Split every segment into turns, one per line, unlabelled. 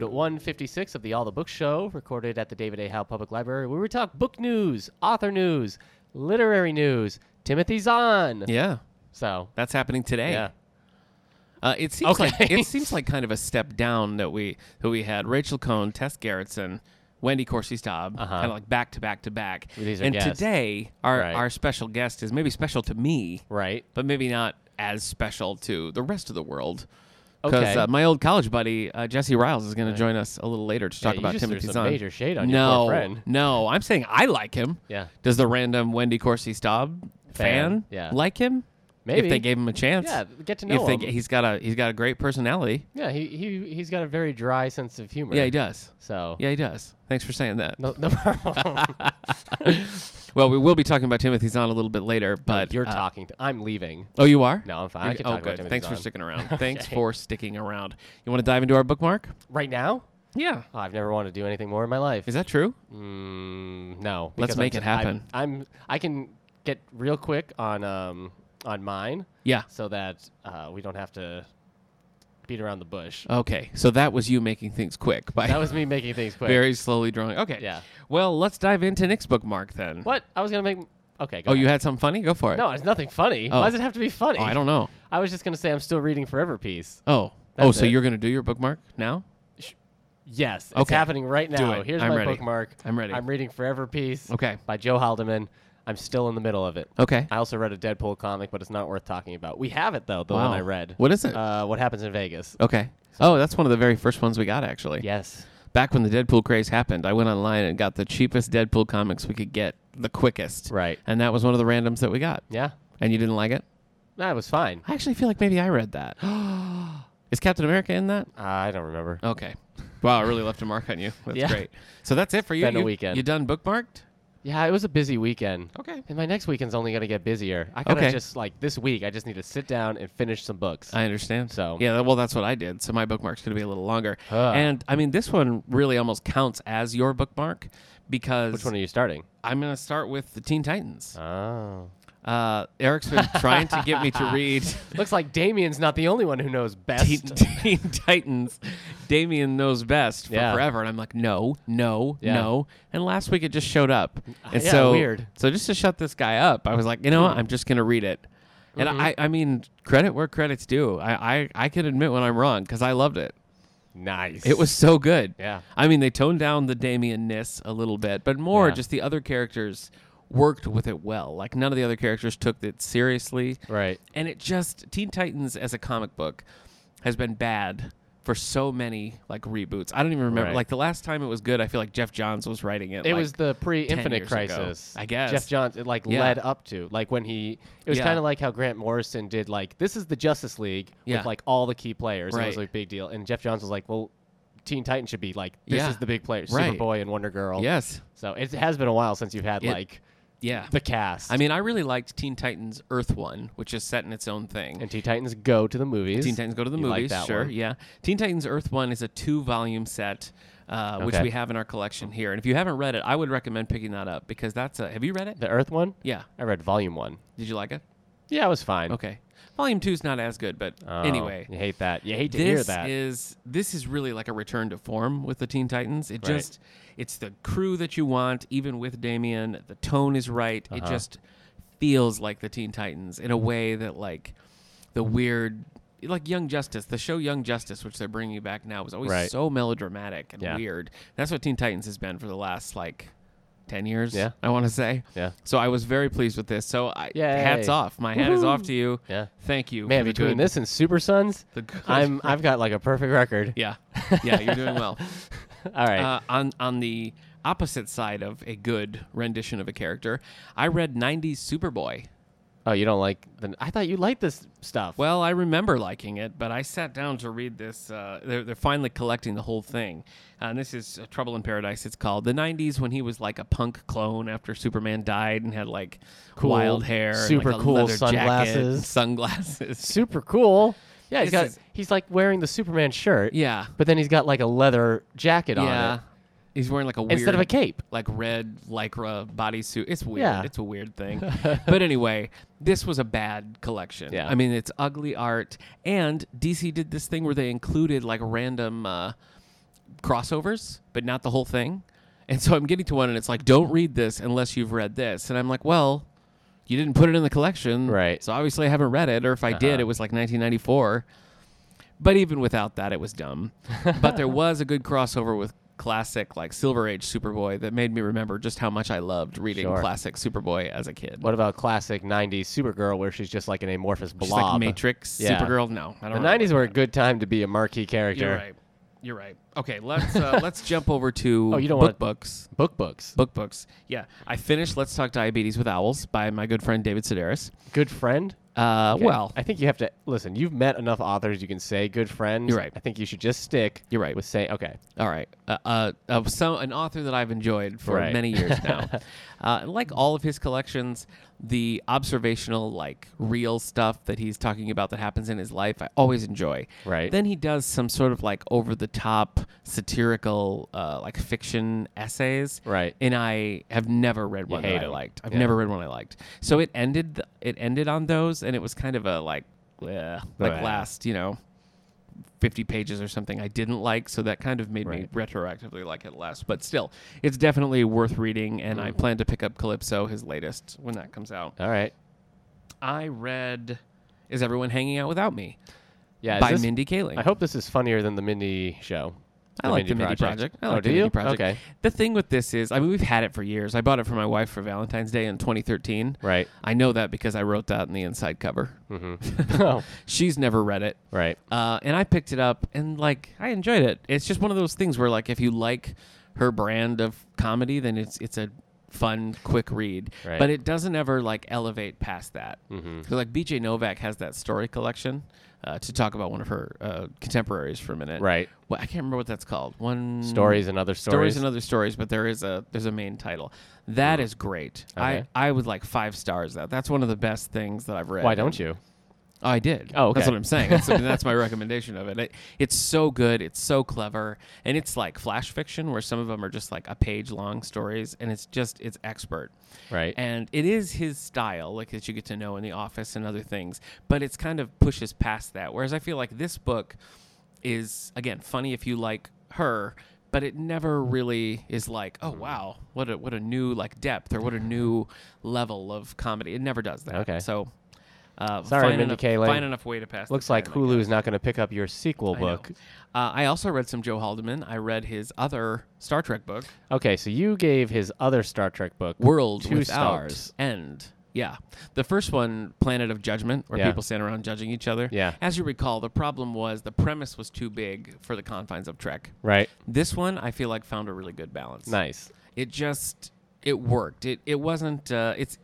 156 of the All the Books Show, recorded at the David A. Howe Public Library, where we talk book news, author news, literary news. Timothy's on.
Yeah,
So,
that's happening today.
yeah.
Uh, it seems
Okay.
like it seems like kind of a step down that we who we had Rachel Cohn, Tess Gerritsen, Wendy Corsi Staub,
Uh-huh.
kind of like back to back to back.
These are
and
guests.
today our
Right.
our special guest is maybe special to me,
Right.
but maybe not as special to the rest of the world.
Okay.
uh, my old college buddy uh, Jesse Riles is going to join us a little later to talk
you
about
just threw
Timothy
some
Zahn.
major shade on your
no,
poor friend.
no, I'm saying I like him.
Yeah.
Does the random Wendy Corsi Staub
Fan,
fan,
yeah.
like him?
Maybe.
if they gave him a chance.
Yeah, get to know
if they,
him.
g- He's got a he's got a great personality.
yeah, he, he, he's got a very dry sense of humor.
Yeah, he does.
So,
Yeah, he does. Thanks for saying that.
no, no problem.
Well, we will be talking about Timothy Zahn a little bit later, but
You're
uh,
talking. To, I'm leaving.
Oh, you are?
No, I'm fine. I
You're-
can
oh,
talk about
good.
Timothy
Thanks for
Zahn.
sticking around. Thanks for sticking around. You want to dive into our bookmark?
Right now?
Yeah.
Oh, I've never wanted to do anything more in my life.
Is that true?
Mm, no.
Let's
because
make
I'm,
it
t- I'm-
happen.
I'm, i can get real quick on um on mine
Yeah.
so that uh, we don't have to beat around the bush.
Okay. So that was you making things quick by
That was me making things quick.
very slowly drawing. Okay.
Yeah.
Well, let's dive into Nick's bookmark then.
what? I was gonna make. Okay. Go
Oh,
ahead.
you had something funny? Go for it.
No, it's nothing funny. Why does it have to be funny?
Oh, I don't know.
I was just gonna say I'm still reading Forever Peace.
Oh. oh,
That's
so
it.
you're going to do your bookmark now?
Yes, it's
Okay.
happening right
Do
now.
it.
Here's
I'm
my
ready.
bookmark.
I'm ready.
I'm reading Forever Peace.
Okay.
By Joe Haldeman. I'm still in the middle of it.
Okay.
I also read a Deadpool comic, but it's not worth talking about. We have it though. The
Wow.
one I read.
What is it?
Uh, what happens in Vegas?
Okay. Oh, that's one of the very first ones we got actually.
Yes.
Back when the Deadpool craze happened, I went online and got the cheapest Deadpool comics we could get, the quickest.
Right.
And that was one of the randoms that we got.
Yeah.
And you didn't like it?
That was fine.
I actually feel like maybe I read that. Is Captain America in that?
Uh, I don't remember.
Okay. Wow, I really left a mark on you. That's
Yeah.
great. So that's it for you.
Been a
you,
weekend.
You done bookmarked?
Yeah, it was a busy weekend.
Okay.
And my next weekend's only gonna get busier. I gotta
Okay.
just like this week. I just need to sit down and finish some books.
I understand.
So-
yeah, well, that's what I did. So my bookmark's going to be a little longer.
Ah.
And I mean, this one really almost counts as your bookmark because
Which one are you starting?
I'm going to start with the Teen Titans.
Oh.
Uh, Eric's been trying to get me to read
Looks like Damien's not the only one who knows best.
Teen, Teen Titans. Damien knows best for
Yeah.
forever, and I'm like, no, no,
Yeah.
no. And last week it just showed up, and
Yeah,
so
weird.
So just to shut this guy up, I was like, you know what? I'm just gonna read it. And
Mm-hmm.
I, I mean, credit where credit's due. I, I, I can admit when I'm wrong because I loved it.
nice.
It was so good.
Yeah.
I mean, they toned down the Damien-ness a little bit, but more
Yeah.
just the other characters worked with it well. Like none of the other characters took it seriously.
right.
And it just Teen Titans as a comic book has been bad for so many like reboots. I don't even remember
Right.
like the last time it was good. I feel like Jeff Johns was writing it.
It
like-
was the pre-Infinite
years ago,
Crisis.
I guess.
Jeff Johns it like
Yeah.
led up to like when he. It was
Yeah.
kind of like how Grant Morrison did like this is the Justice League
Yeah.
with like all the key players. It was
Right.
a big deal, and Jeff Johns was like, well. Teen Titans should be like this
Yeah.
is the big players,
Right.
Superboy and Wonder Girl.
yes,
So it has been a while since you've had
It-
like
yeah.
the cast.
I mean, I really liked Teen Titans Earth One, which is set in its own thing.
and Teen Titans go to the movies.
Teen Titans Go to the
You like
Movies.
that
sure,
one.
yeah. Teen Titans Earth One is a two-volume set, uh, which
Okay.
we have in our collection here. And if you haven't read it, I would recommend picking that up because that's a. Have you read it?
The Earth one.
Yeah.
I read Volume one.
Did you like it?
Yeah, it was fine.
Okay. Volume two is not as good, but
Oh,
anyway,
you hate that. You hate to
this
hear that.
is this is really like a return to form with the Teen Titans. It
Right.
just it's the crew that you want, even with Damien. The tone is right.
Uh-huh.
It just feels like the Teen Titans in a way that like the weird like Young Justice, the show Young Justice, which they're bringing back now, was always
Right.
so melodramatic and
Yeah.
weird. That's what Teen Titans has been for the last like ten years.
Yeah.
I want to say.
Yeah.
So I was very pleased with this. So I,
Yay.
hats off. My hat is off to you.
Yeah.
Thank you.
Man,
for the
between
good-
this and Super Sons,
the good-
I'm I've got like a perfect record.
Yeah. Yeah, you're doing well.
All right.
uh, on on the opposite side of a good rendition of a character, I read '90s Superboy.
oh, you don't like? The, I thought you liked this stuff.
Well, I remember liking it, but I sat down to read this. Uh, they're, they're finally collecting the whole thing, and this is uh, Trouble in Paradise. It's called the '90s when he was like a punk clone after Superman died and had like
Cool,
wild hair,
super
and, like, a
cool
leather jacket and
sunglasses.
sunglasses.
super cool. Yeah, he's
This
got
is-
he's like wearing the Superman shirt.
Yeah,
But then he's got like a leather jacket
yeah.
on
He's wearing like a
it
weird
instead of a cape.
like red lycra bodysuit. It's weird.
Yeah.
It's a weird thing. but anyway, this was a bad collection.
Yeah.
I mean, it's ugly art. And DC did this thing where they included like random uh, crossovers, but not the whole thing. And so I'm getting to one, and it's like, don't read this unless you've read this. And I'm like, well, you didn't put it in the collection,
Right. Uh-huh.
So obviously I haven't read it, or if I did, it was like 1994. But even without that, it was dumb. but there was a good crossover with classic like Silver Age Superboy that made me remember just how much I loved reading
Sure.
classic Superboy as a kid.
What about classic '90s Supergirl, where she's just like an amorphous blob?
Just like Matrix,
Yeah.
Supergirl. No, I
The
don't. really
'90s
like
were a
that.
good time to be a marquee character.
You're right. You're right. Okay, let's uh, let's jump over to
Oh, you don't
book
wanna-
books.
Book books.
Book books. Yeah, I finished Let's Talk Diabetes with Owls by my good friend David Sedaris.
Good friend.
Uh,
Okay.
Well,
I think you have to listen. You've met enough authors you can say good friend.
You're right.
I think you should just stick.
You're right.
With saying okay.
all right. Uh, uh, of some an author that I've enjoyed for
Right.
many years now. uh, like all of his collections, the observational, like real stuff that he's talking about that happens in his life, I always enjoy.
Right.
Then he does some sort of like over the top satirical, uh, like fiction essays.
Right.
and I have never read one
hate
that I
'em.
liked. I've
Yeah.
never read one I liked. So it ended. th- It ended on those, and it was kind of a like, bleh, like
Bleh.
last, you know, fifty pages or something. I didn't like, so that kind of made me
Right.
retroactively like it less. But still, it's definitely worth reading, and
Mm-hmm.
I plan to pick up Calypso, his latest, when that comes out.
All right.
I read. Is everyone hanging out without me?
Yeah. is
by
this-
Mindy Kaling.
I hope this is funnier than the Mindy show.
I like the Mindy project. I like
oh,
the
do
Mindy
you?
project.
Okay.
The thing with this is, I mean, we've had it for years. I bought it for my wife for Valentine's Day in 2013.
Right.
I know that because I wrote that in the inside cover.
Mm-hmm. oh,
She's never read it.
right.
Uh, and I picked it up and like I enjoyed it. It's just one of those things where like if you like her brand of comedy, then it's it's a fun, quick read.
Right.
But it doesn't ever like elevate past that.
Mhm.
So like B.J. Novak has that story collection uh, to talk about one of her uh, contemporaries for a minute.
Right.
Well, I can't remember what that's called. One
Stories and other stories.
Mm. stories and other stories, but there is a there's a main title. That is great.
Okay.
I I would like five stars. That that's one of the best things that I've read.
Why don't you?
Oh, I did.
Oh,
that's
okay.
what I'm saying. That's, that's my recommendation of it. it. It's so good. It's so clever, and it's like flash fiction where some of them are just like a page long stories, and it's just it's expert.
Right.
And it is his style, like that you get to know in the office and other things, but it's kind of pushes past that. Whereas I feel like this book is again funny if you like her, but it never really is like,
Mm-hmm.
oh wow, what a what a new like depth or what a new level of comedy. It never does that.
Okay.
So uh,
Sorry,
find
Mindy
enough,
Kaling.
Find enough way to pass. the
Looks like
time, I
Hulu
guess.
is not going to pick up your sequel
I know.
book.
Uh, I also read some Joe Haldeman. I read his other Star Trek book,
Okay, so you gave his other Star Trek book
World
two
Without
stars.
End. Yeah. The first one, Planet of Judgment, where
Yeah.
people stand around judging each other.
Yeah.
As you recall, the problem was the premise was too big for the confines of Trek.
Right.
This one, I feel like, found a really good balance.
Nice.
It just, it worked. It, it wasn't, uh, it's,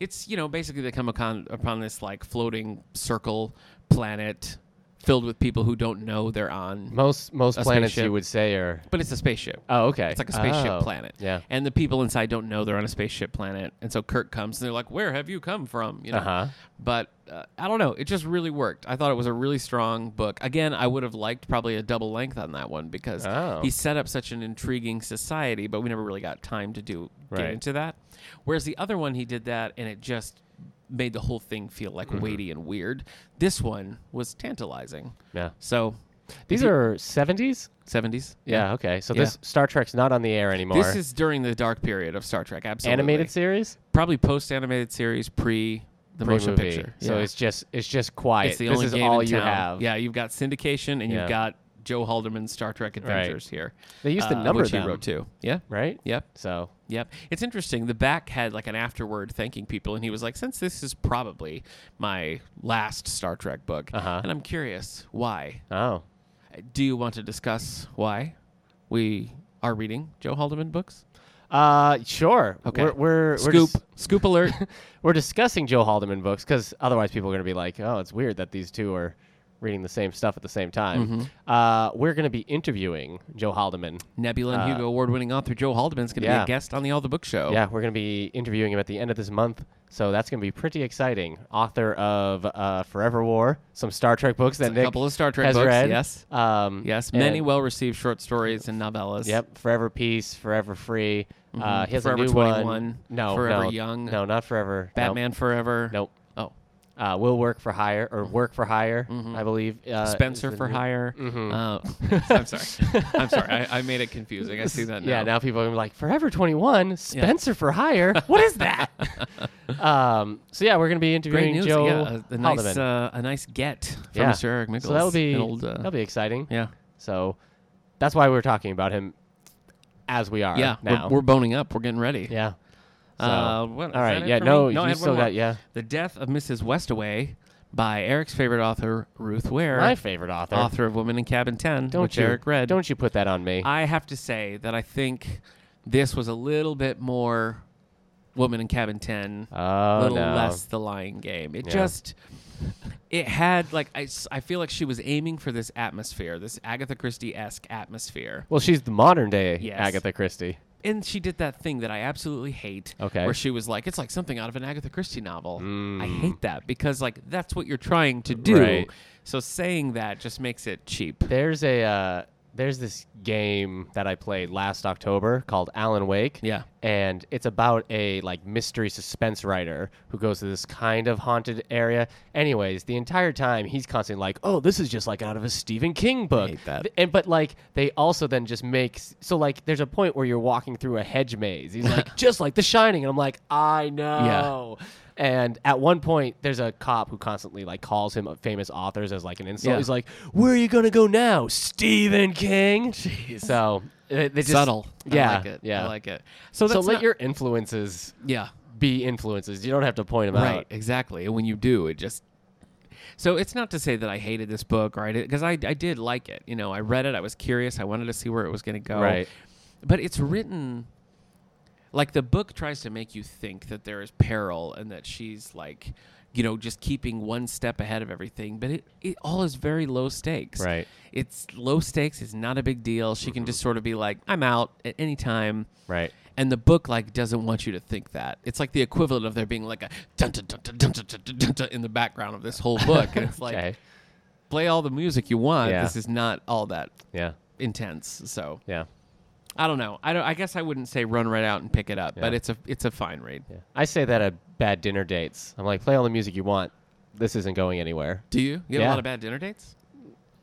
it's, you know, basically they come upon, upon this like floating circle planet filled with people who don't know they're on.
Most most
A
planets
spaceship.
you would say are
But it's a spaceship.
Oh, okay.
It's like a spaceship
Oh,
planet.
Yeah.
And the people inside don't know they're on a spaceship planet. And so Kirk comes and they're like, "Where have you come from?" You know.
Uh-huh.
But uh, I don't know. It just really worked. I thought it was a really strong book. Again, I would have liked probably a double length on that one because
Oh.
he set up such an intriguing society, but we never really got time to do get
Right.
into that. Whereas the other one, he did that, and it just made the whole thing feel like
Mm-hmm.
weighty and weird. This one was tantalizing.
Yeah.
So,
These are 70s?
seventies.
Yeah, okay. So
Yeah.
this Star Trek's not on the air anymore.
This is during the dark period of Star Trek. Absolutely.
animated series?
probably post animated series pre the motion
Pre-movie.
picture.
So
Yeah.
it's just it's just quiet.
It's the
this
only
is
game
all
in
you
town.
have.
Yeah, you've got syndication and you've
Yeah.
got Joe Haldeman's Star Trek Adventures here.
They used to
uh,
number
which
them.
he wrote too. Yeah.
Right?
Yep.
So
Yep. It's interesting. The back had like an afterword thanking people, and he was like, "Since this is probably my last Star Trek book,
Uh-huh.
and I'm curious why.
oh.
Do you want to discuss why we are reading Joe Haldeman books?
Uh sure.
Okay.
We're we're we're,
scoop,
dis-
scoop alert.
we're discussing Joe Haldeman books cuz otherwise people are going to be like, "Oh, it's weird that these two are reading the same stuff at the same time."
Mm-hmm.
Uh we're going to be interviewing Joe Haldeman
Nebula and
Uh,
Hugo Award-winning author Joe Haldeman's going to be
yeah.
a guest on the All the Book Show.
Yeah, we're going to be interviewing him at the end of this month. So that's going to be pretty exciting. Author of uh, Forever War, some Star Trek books that
a
Nick
couple of Star Trek
has
books,
read.
yes.
Um,
Yes, many
and-
well-received short stories and novellas.
Yep. Forever Peace, Forever Free. Uh, he has
Mm-hmm. Forever
a new
21,
one. No,
Forever
no,
Young.
No, not Forever. Nope.
Batman Forever.
Nope.
Oh,
uh, Will Work for Hire or Work for Hire, I believe. Uh,
Mm-hmm. Spencer
is the
for
new-
hire. Uh, I'm sorry. I'm sorry. I, I made it confusing. I see that now.
Yeah, now people are like Forever 21, Spencer for Hire. What is that? um, so yeah, we're gonna be
Great
interviewing
news.
Joe
yeah, a, a nice,
Haldeman.
uh, a nice get from
Yeah.
Mr. Eric Mickles.
so that'll be
An old, uh,
that'll be exciting.
yeah,
So that's why we're talking about him as we are
yeah.
now.
We're, we're boning up. We're getting ready.
yeah. So,
Uh, what- is
all
that
right.
it
Yeah.
for
No,
me? No, I
you
had one
still
more.
got yeah.
The Death of Mrs. Westaway by Eric's favorite author, Ruth Ware,
My favorite author.
author of Women in Cabin 10,
Don't
which
you?
Eric read.
Don't you put that on me?
I have to say that I think this was a little bit more Woman in Cabin 10, a
oh
little
no.
less The Lion Game. It
Yeah.
just, it had, like, I, s- I feel like she was aiming for this atmosphere, this Agatha Christie esque atmosphere.
Well, she's the modern day
Yes.
Agatha Christie.
And she did that thing that I absolutely hate.
Okay. Mm.
Where she was like, it's like something out of an Agatha Christie novel. I hate that because, like, that's what you're trying to do.
Right.
So saying that just makes it cheap.
There's a uh, there's this game that I played last October called Alan Wake.
Yeah.
And it's about a like mystery suspense writer who goes to this kind of haunted area. Anyways, the entire time he's constantly like, "Oh, this is just like out of a Stephen King book."
hate that.
Th- And but like they also then just make s- so like there's a point where you're walking through a hedge maze. He's like, "Just like The Shining," and I'm like, "I know." And at one point, there's a cop who constantly like calls him famous authors as like an insult.
Yeah.
He's like, "Where are you gonna go now, Stephen King?" So it, they just,
Subtle.
Yeah,
I like it.
yeah.
I like it. So that's
so let
not-
your influences
yeah.
be influences. You don't have to point them
Right,
out.
exactly. And when you do, it just so it's not to say that I hated this book, right? Because I I did like it. You know, I read it. I was curious. I wanted to see where it was going to go.
Right.
But it's written like the book tries to make you think that there is peril and that she's like, you know, just keeping one step ahead of everything. But it, it all is very low stakes.
Right. Mm-hmm.
It's low stakes. It's not a big deal. She can just sort of be like, I'm out at any time
Right.
and the book like doesn't want you to think that it's like the equivalent of there being like a dun dun dun dun dun dun dun dun dun dun in the background of this whole book and it's like
okay.
play all the music you want
Yeah.
this is not all that
Yeah.
intense so
Yeah.
i don't know i don't i guess i wouldn't say run right out and pick it up but
Yeah.
it's a it's a fine read
Yeah. I say that at bad dinner dates. I'm like, play all the music you want. This isn't going anywhere.
do you you have a
Yeah.
lot of bad dinner dates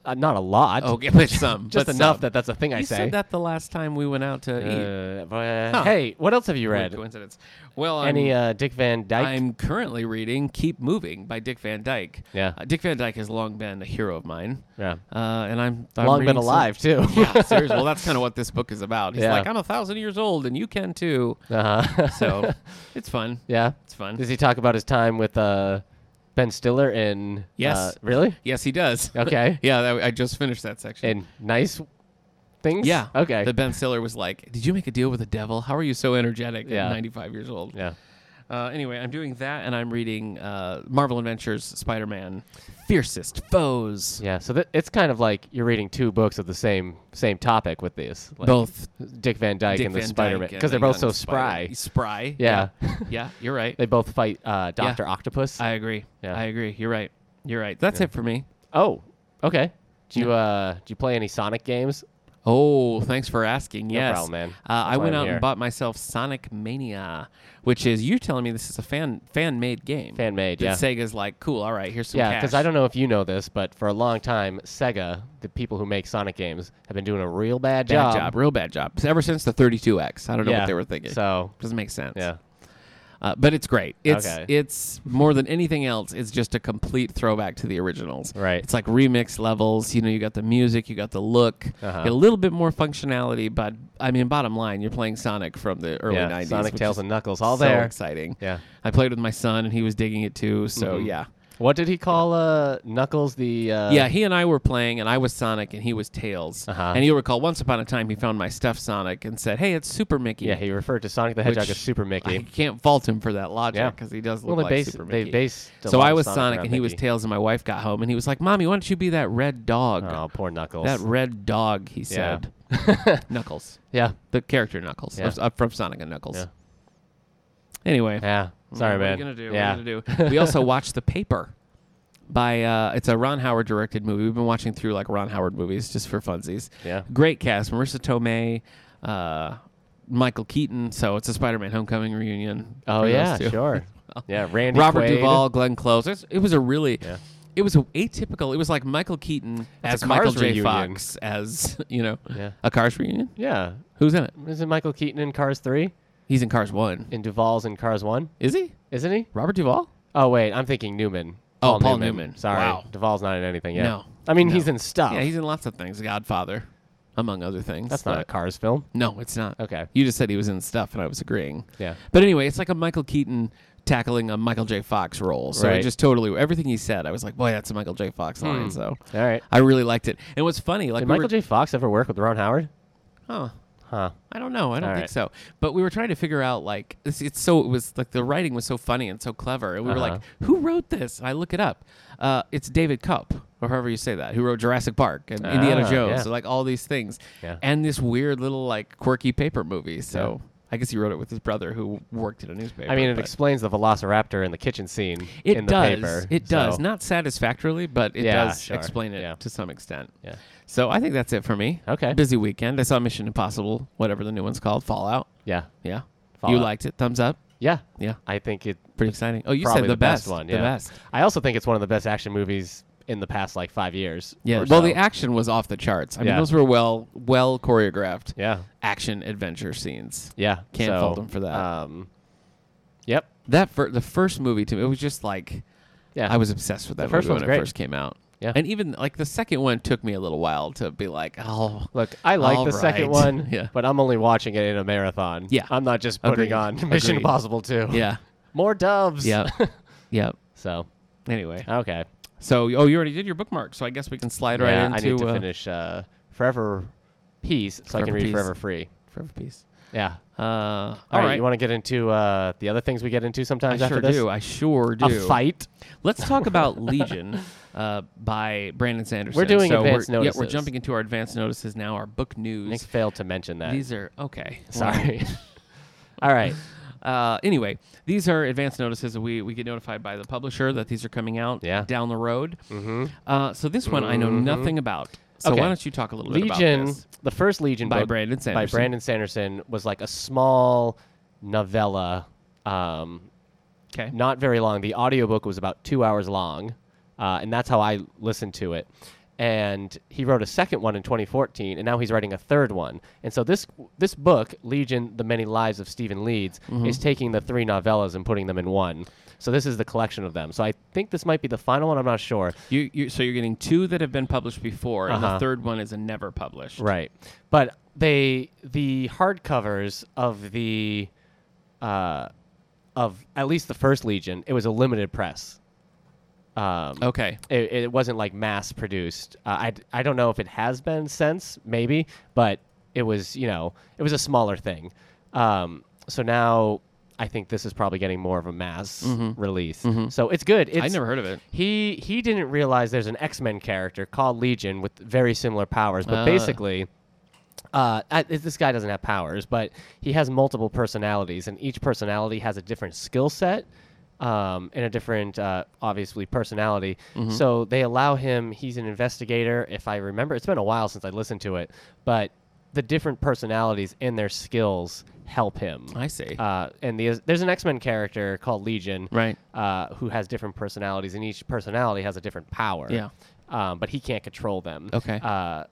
Uh, not a lot.
okay but some
Just
Oh, but
enough
some.
that that's a thing I
you
say.
said that the last time we went out to eat
Uh, but, uh,
Huh.
Hey, what else have you
Weird
read?
coincidence well I'm,
Any uh, Dick Van Dyke?
I'm currently reading Keep Moving by Dick Van Dyke.
Yeah.
Uh, Dick Van Dyke has long been a hero of mine.
Yeah.
Uh, and I'm, I'm
Long been
reading some-
alive too.
yeah, seriously. Well, that's kind of what this book is about. He's
Yeah.
like, I'm a thousand years old, and you can too.
Uh-huh.
So it's fun.
yeah.
It's fun.
Does he talk about his time with uh, Ben Stiller in?
Yes.
uh, really?
yes, he does.
Okay.
yeah, that, I just finished that section.
In nice things.
yeah.
Okay.
The Ben Stiller was like, "Did you make a deal with the devil? How are you so energetic
Yeah.
at 95 years old?"
yeah.
Uh, anyway, I'm doing that, and I'm reading uh, Marvel Adventures Spider-Man: Fiercest Foes.
Yeah. So that, it's kind of like you're reading two books of the same same topic with these. Like
Both
Dick Van Dyke
Dick
and the
Van Dyke
Spider Man,
and
because they're
the
both so
young
spry.
Spider- Spry.
Yeah.
Yeah, Yeah, you're right.
They both fight uh,
Yeah.
Doctor Octopus.
I agree.
Yeah.
I agree. You're right. You're right. That's it for me.
oh. Okay. Do you uh do you play any Sonic games?
Oh, thanks for asking.
No
Yes,
problem, man.
Uh, I
That's why
went
I'm
out
here.
and bought myself Sonic Mania, which is you telling me this is a fan fan made game.
Fan made.
That
Yeah.
Sega's like, cool. All right, here's some
Yeah, because
cash."
I don't know if you know this, but for a long time, Sega, the people who make Sonic games, have been doing a real bad,
bad job. real bad job. Ever since the 32X, I don't know
Yeah,
what they were thinking.
So,
Doesn't make sense.
yeah,
Uh, but it's great. It's
Okay.
it's more than anything else. It's just a complete throwback to the originals.
Right.
It's like remix levels. You know, you got the music, you got the look,
Uh-huh.
you got a little bit more functionality. But I mean, bottom line, you're playing Sonic from the early
yeah.
90s.
Sonic
which
Tails
is
and Knuckles, all
so
there.
exciting.
Yeah.
I played with my son, and he was digging it too. So
Mhm.
yeah,
What did he call uh, Knuckles? The uh,
yeah. He and I were playing, and I was Sonic, and he was Tails.
Uh-huh.
And you'll recall, once upon a time, he found my stuffed Sonic and said, "Hey, it's Super Mickey."
yeah. He referred to Sonic the Hedgehog
Which
as Super Mickey.
I can't fault him for that logic
Yeah.
because he does
well,
look
they
like
based
Super
they
Mickey.
based. a
So
lot
I
of
was
Sonic,
Sonic,
around
and he was
Mickey.
Tails, and my wife got home, and he was like, "Mommy, why don't you be that red dog?
Oh, poor Knuckles.
that red dog," he
Yeah.
said. Knuckles,
yeah, the
character Knuckles,
Yeah.
uh, from Sonic and Knuckles.
Yeah.
Anyway,
yeah. Sorry,
Mm, what
man.
Are you gonna do?
Yeah.
What are you gonna do? we also watched The Paper. By uh, it's a Ron Howard directed movie. We've been watching through like Ron Howard movies just for funsies.
Yeah.
Great cast: Marissa Tomei, uh, Michael Keaton. So it's a Spider-Man Homecoming reunion.
Oh
for those
yeah,
two.
sure.
well.
Yeah, Randy
Robert
Quaid.
Duvall, Glenn Close. It's, it was a really,
Yeah.
it was a atypical. It was like Michael Keaton
That's
as
a
Michael
Cars
J.
reunion.
Fox as you know
Yeah.
a Cars reunion.
Yeah.
Who's in it?
Isn't Michael Keaton in Cars 3?
He's in Cars One.
And Duvall's in Cars 1?
Is he?
Isn't he?
Robert Duvall?
Oh, wait. I'm thinking Newman.
Oh, Paul Newman.
Sorry.
Wow.
Duvall's not in anything yet.
No.
I mean,
No.
he's in stuff.
Yeah, he's in lots of things. Godfather, among other things.
That's not a
but-
Cars film.
No, it's not.
Okay.
You just said he was in stuff, and I was agreeing.
Yeah.
But anyway, it's like a Michael Keaton tackling a Michael J. Fox role. So
Right.
it just totally everything he said, I was like, boy, that's a Michael J. Fox line. So
All right.
I really liked it. And what's funny, like
Did
we
Michael
were,
J. Fox ever work with Ron Howard?
huh,
Huh.
I don't know. I don't
All
think
right.
so. But we were trying to figure out like it's, it's so it was like the writing was so funny and so clever, and we were
Uh-huh.
like, who wrote this? And I look it up. Uh, it's David Cupp or however you say that, who wrote Jurassic Park and Indiana
Ah,
Jones,
yeah.
and, like all these things,
Yeah.
and this weird little like quirky paper movie. So. I guess he wrote it with his brother, who worked at a newspaper.
I mean, it
but-
explains the Velociraptor in the kitchen scene
It
in the
does.
paper.
It does.
so-
Not satisfactorily, but it
Yeah,
does
sure.
explain it
Yeah.
to some extent.
Yeah.
So I think that's it for me.
Okay.
Busy weekend. I saw Mission Impossible, whatever the new one's called, Fallout.
Yeah.
Yeah. You
Fallout.
liked it? Thumbs up?
Yeah.
Yeah.
I think it
Pretty exciting. Oh, you
probably
said
the, best,
best,
one.
The
Yeah.
best.
I also think it's one of the best action movies in the past like five years.
Yeah.
or so.
Well, the action was off the charts. I mean,
Yeah.
those were well well choreographed
yeah,
action adventure scenes.
yeah,
Can't
so,
fault 'em for that.
Um, yep.
That fir- the first movie to me, it was just like
Yeah.
I was obsessed with that
first
movie
one's
when it
great.
first came out.
Yeah.
And even like the second one took me a little while to be like, oh,
Look, I like
All
the second
right.
one,
Yeah.
but I'm only watching it in a marathon.
Yeah.
I'm not just putting
Agreed.
on Mission
Agreed.
Impossible 2.
yeah.
More doves.
Yeah. yeah.
So,
Anyway.
okay.
So, oh, you already did your bookmark, so I guess we can slide
yeah,
right
I
into
need to
uh,
finish uh, Forever Peace so I
Forever
can read
Peace.
Forever Free.
Forever Peace.
Yeah.
Uh, all
All right.
right.
You want to get into uh, the other things we get into
I
sometimes
sure
after this?
do. I sure do.
A fight.
Let's talk about Legion uh, by Brandon Sanderson.
We're doing
so
advance
we're, Yeah, we're
notices.
jumping into our advanced notices now. Our book news.
Nick failed to mention that.
These are okay.
Sorry. All right.
Uh, anyway, these are advance notices. We we get notified by the publisher that these are coming out
Yeah. Mm-hmm.
down the road. Mm-hmm. Uh, so this one I know nothing about. So
Okay.
why don't you talk a little bit about
Legion,
this?
the first Legion
By
book
Brandon
by
Sanderson.
Brandon Sanderson was like a small novella, um,
Okay.
not very long. The audiobook was about two hours long, uh, and that's how I listened to it. And he wrote a second one in 2014, and now he's writing a third one. And so this this book, Legion: The Many Lives of Stephen Leeds, is taking the three novellas and putting them in one. So this is the collection of them. So I think this might be the final one. I'm not sure.
You, you so you're getting two that have been published before, and
Uh-huh.
the third one is a never published.
Right. But they the hardcovers of the uh of at least the first Legion, it was a limited press. Um
Okay.
it, it wasn't like mass produced. Uh, I d- I don't know if it has been since maybe, but it was, you know, it was a smaller thing. Um so now I think this is probably getting more of a mass release. So it's good. It's,
Mm-hmm. I never heard of it.
he he didn't realize there's an X Men character called Legion with very similar powers, but
Ah.
basically, uh, I, this guy doesn't have powers, but he has multiple personalities, and each personality has a different skill set. Um, and a different, uh, obviously, personality.
Mm-hmm.
So they allow him. He's an investigator, if I remember. It's been a while since I listened to it, but the different personalities and their skills help him.
I see.
Uh, and the, there's an X Men character called Legion,
Right.
Uh, who has different personalities, and each personality has a different power.
Yeah.
Um, but he can't control them.
Okay.
Uh,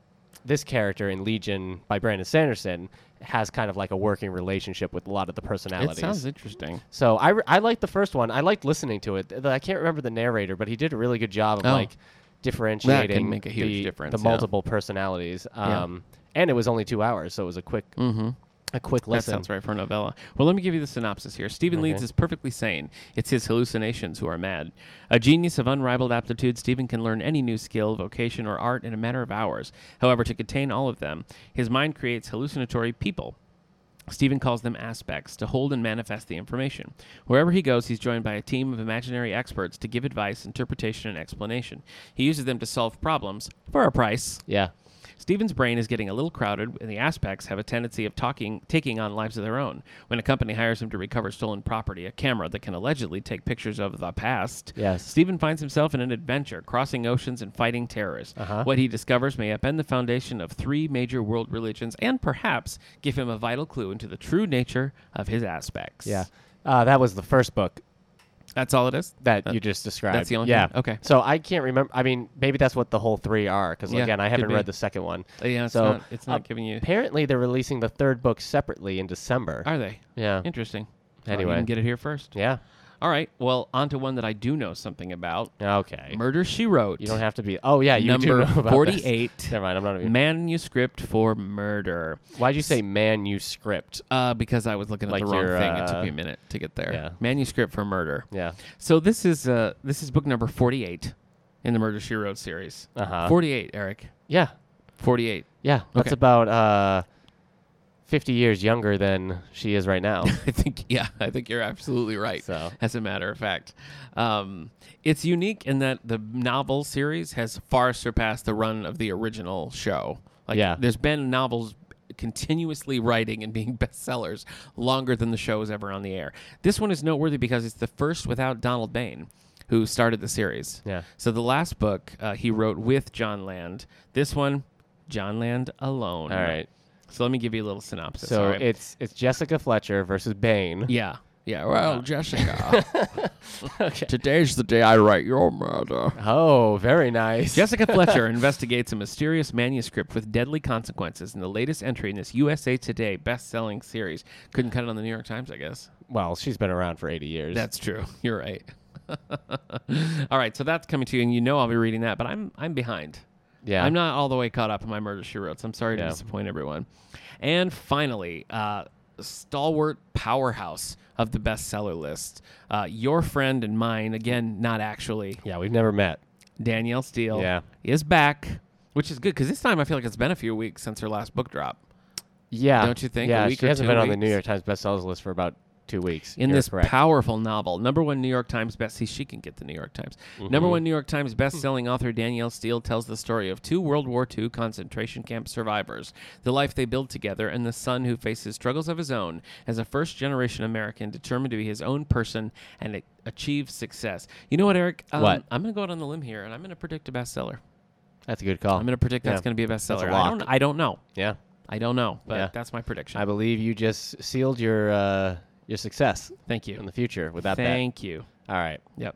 this character in Legion by Brandon Sanderson has kind of like a working relationship with a lot of the
It
personalities.
sounds interesting.
so I, re- I liked the first one. I liked listening to it. Th- I can't remember the narrator, but he did a really good job of
Oh.
like differentiating
make a huge
the,
difference,
the
yeah.
multiple personalities. Um, And it was only two hours, so it was a quick a quick
Mm-hmm. That
listen.
sounds right for a novella. Well, let me give you the synopsis here. Stephen Leeds is perfectly sane. It's his hallucinations who are mad. A genius of unrivaled aptitude, Stephen can learn any new skill, vocation, or art in a matter of hours. However, to contain all of them, his mind creates hallucinatory people. Stephen calls them aspects to hold and manifest the information. Wherever he goes, he's joined by a team of imaginary experts to give advice, interpretation, and explanation. He uses them to solve problems for a price.
Yeah.
Stephen's brain is getting a little crowded, and the aspects have a tendency of talking, taking on lives of their own. When a company hires him to recover stolen property, a camera that can allegedly take pictures of the past,
Yes.
Stephen finds himself in an adventure, crossing oceans and fighting terrorists.
Uh-huh.
What he discovers may upend the foundation of three major world religions, and perhaps give him a vital clue into the true nature of his aspects.
Yeah. Uh, that was the first book.
That's all it is.
that you just described.
that's the only
yeah.
thing? Okay.
So I can't remember. I mean, maybe that's what the whole three are. Because
Yeah,
again, I
could
haven't
be.
read the second one.
Uh, Yeah, it's
so uh,
not- it's not
ap-
giving you-
Apparently, they're releasing the third book separately in December.
Are they?
yeah.
Interesting. Well,
Anyway.
you can get it here first.
Yeah.
All right. Well, on to one that I do know something about.
Okay.
Murder She Wrote.
you don't have to be. Oh yeah, you do
number
know about this.
48.
Never mind. I'm not even.
Manuscript for Murder.
Why'd you say manuscript?
Uh, because I was looking at
Like
the wrong
your,
thing. it
uh,
took me a minute to get there.
yeah.
Manuscript for Murder.
Yeah.
So this is uh, this is book number 48 in the Murder She Wrote series.
Uh-huh.
48, Eric.
Yeah.
48.
Yeah. That's
Okay.
about uh, 50 years younger than she is right now.
I think yeah, I think you're absolutely right.
So.
As a matter of fact, um, it's unique in that the novel series has far surpassed the run of the original show. Like,
Yeah.
there's been novels continuously writing and being bestsellers longer than the show was ever on the air. This one is noteworthy because it's the first without Donald Bain, who started the series.
Yeah.
So the last book uh, he wrote with John Land. This one, John Land alone.
All right.
So let me give you a little synopsis.
So
all right?
it's it's Jessica Fletcher versus Bane.
Yeah. Yeah. Well,
Uh,
Jessica,
okay.
today's the day I write your murder.
Oh, very nice.
Jessica Fletcher investigates a mysterious manuscript with deadly consequences in the latest entry in this USA Today best-selling series. Couldn't cut it on the New York Times, I guess.
Well, she's been around for 80 years.
That's true. You're right. all right, so that's coming to you, and you know I'll be reading that, but I'm I'm behind.
yeah.
I'm not all the way caught up in my murder she wrote, so I'm sorry to
Yeah.
disappoint everyone. And finally, uh, stalwart powerhouse of the bestseller list, uh, your friend and mine, again, not actually,
Yeah, we've never met.
Danielle Steele
Yeah.
is back, which is good because this time I feel like it's been a few weeks since her last book drop.
Yeah.
Don't you think? A
Yeah,
week
she
or
hasn't
two
been on the New York
weeks?
Times bestsellers list for about two weeks.
in
You're
this
correct.
powerful novel. Number one New York Times best. See, she can get the New York Times. Number one New York Times best-selling author Danielle Steele tells the story of two World War II concentration camp survivors, the life they build together, and the son who faces struggles of his own as a first-generation American determined to be his own person and a- achieve success. You know what, Eric? Um,
What?
I'm going to go out on the limb here, and I'm going to predict a bestseller.
That's a good call.
I'm going to predict
Yeah.
that's going to be a bestseller. I
lock.
don't. I don't know.
yeah.
I don't know, but
Yeah.
that's my prediction.
I believe you just sealed your uh, your success
Thank
in
you.
the future with that
Thank you.
bet. All right.
Yep.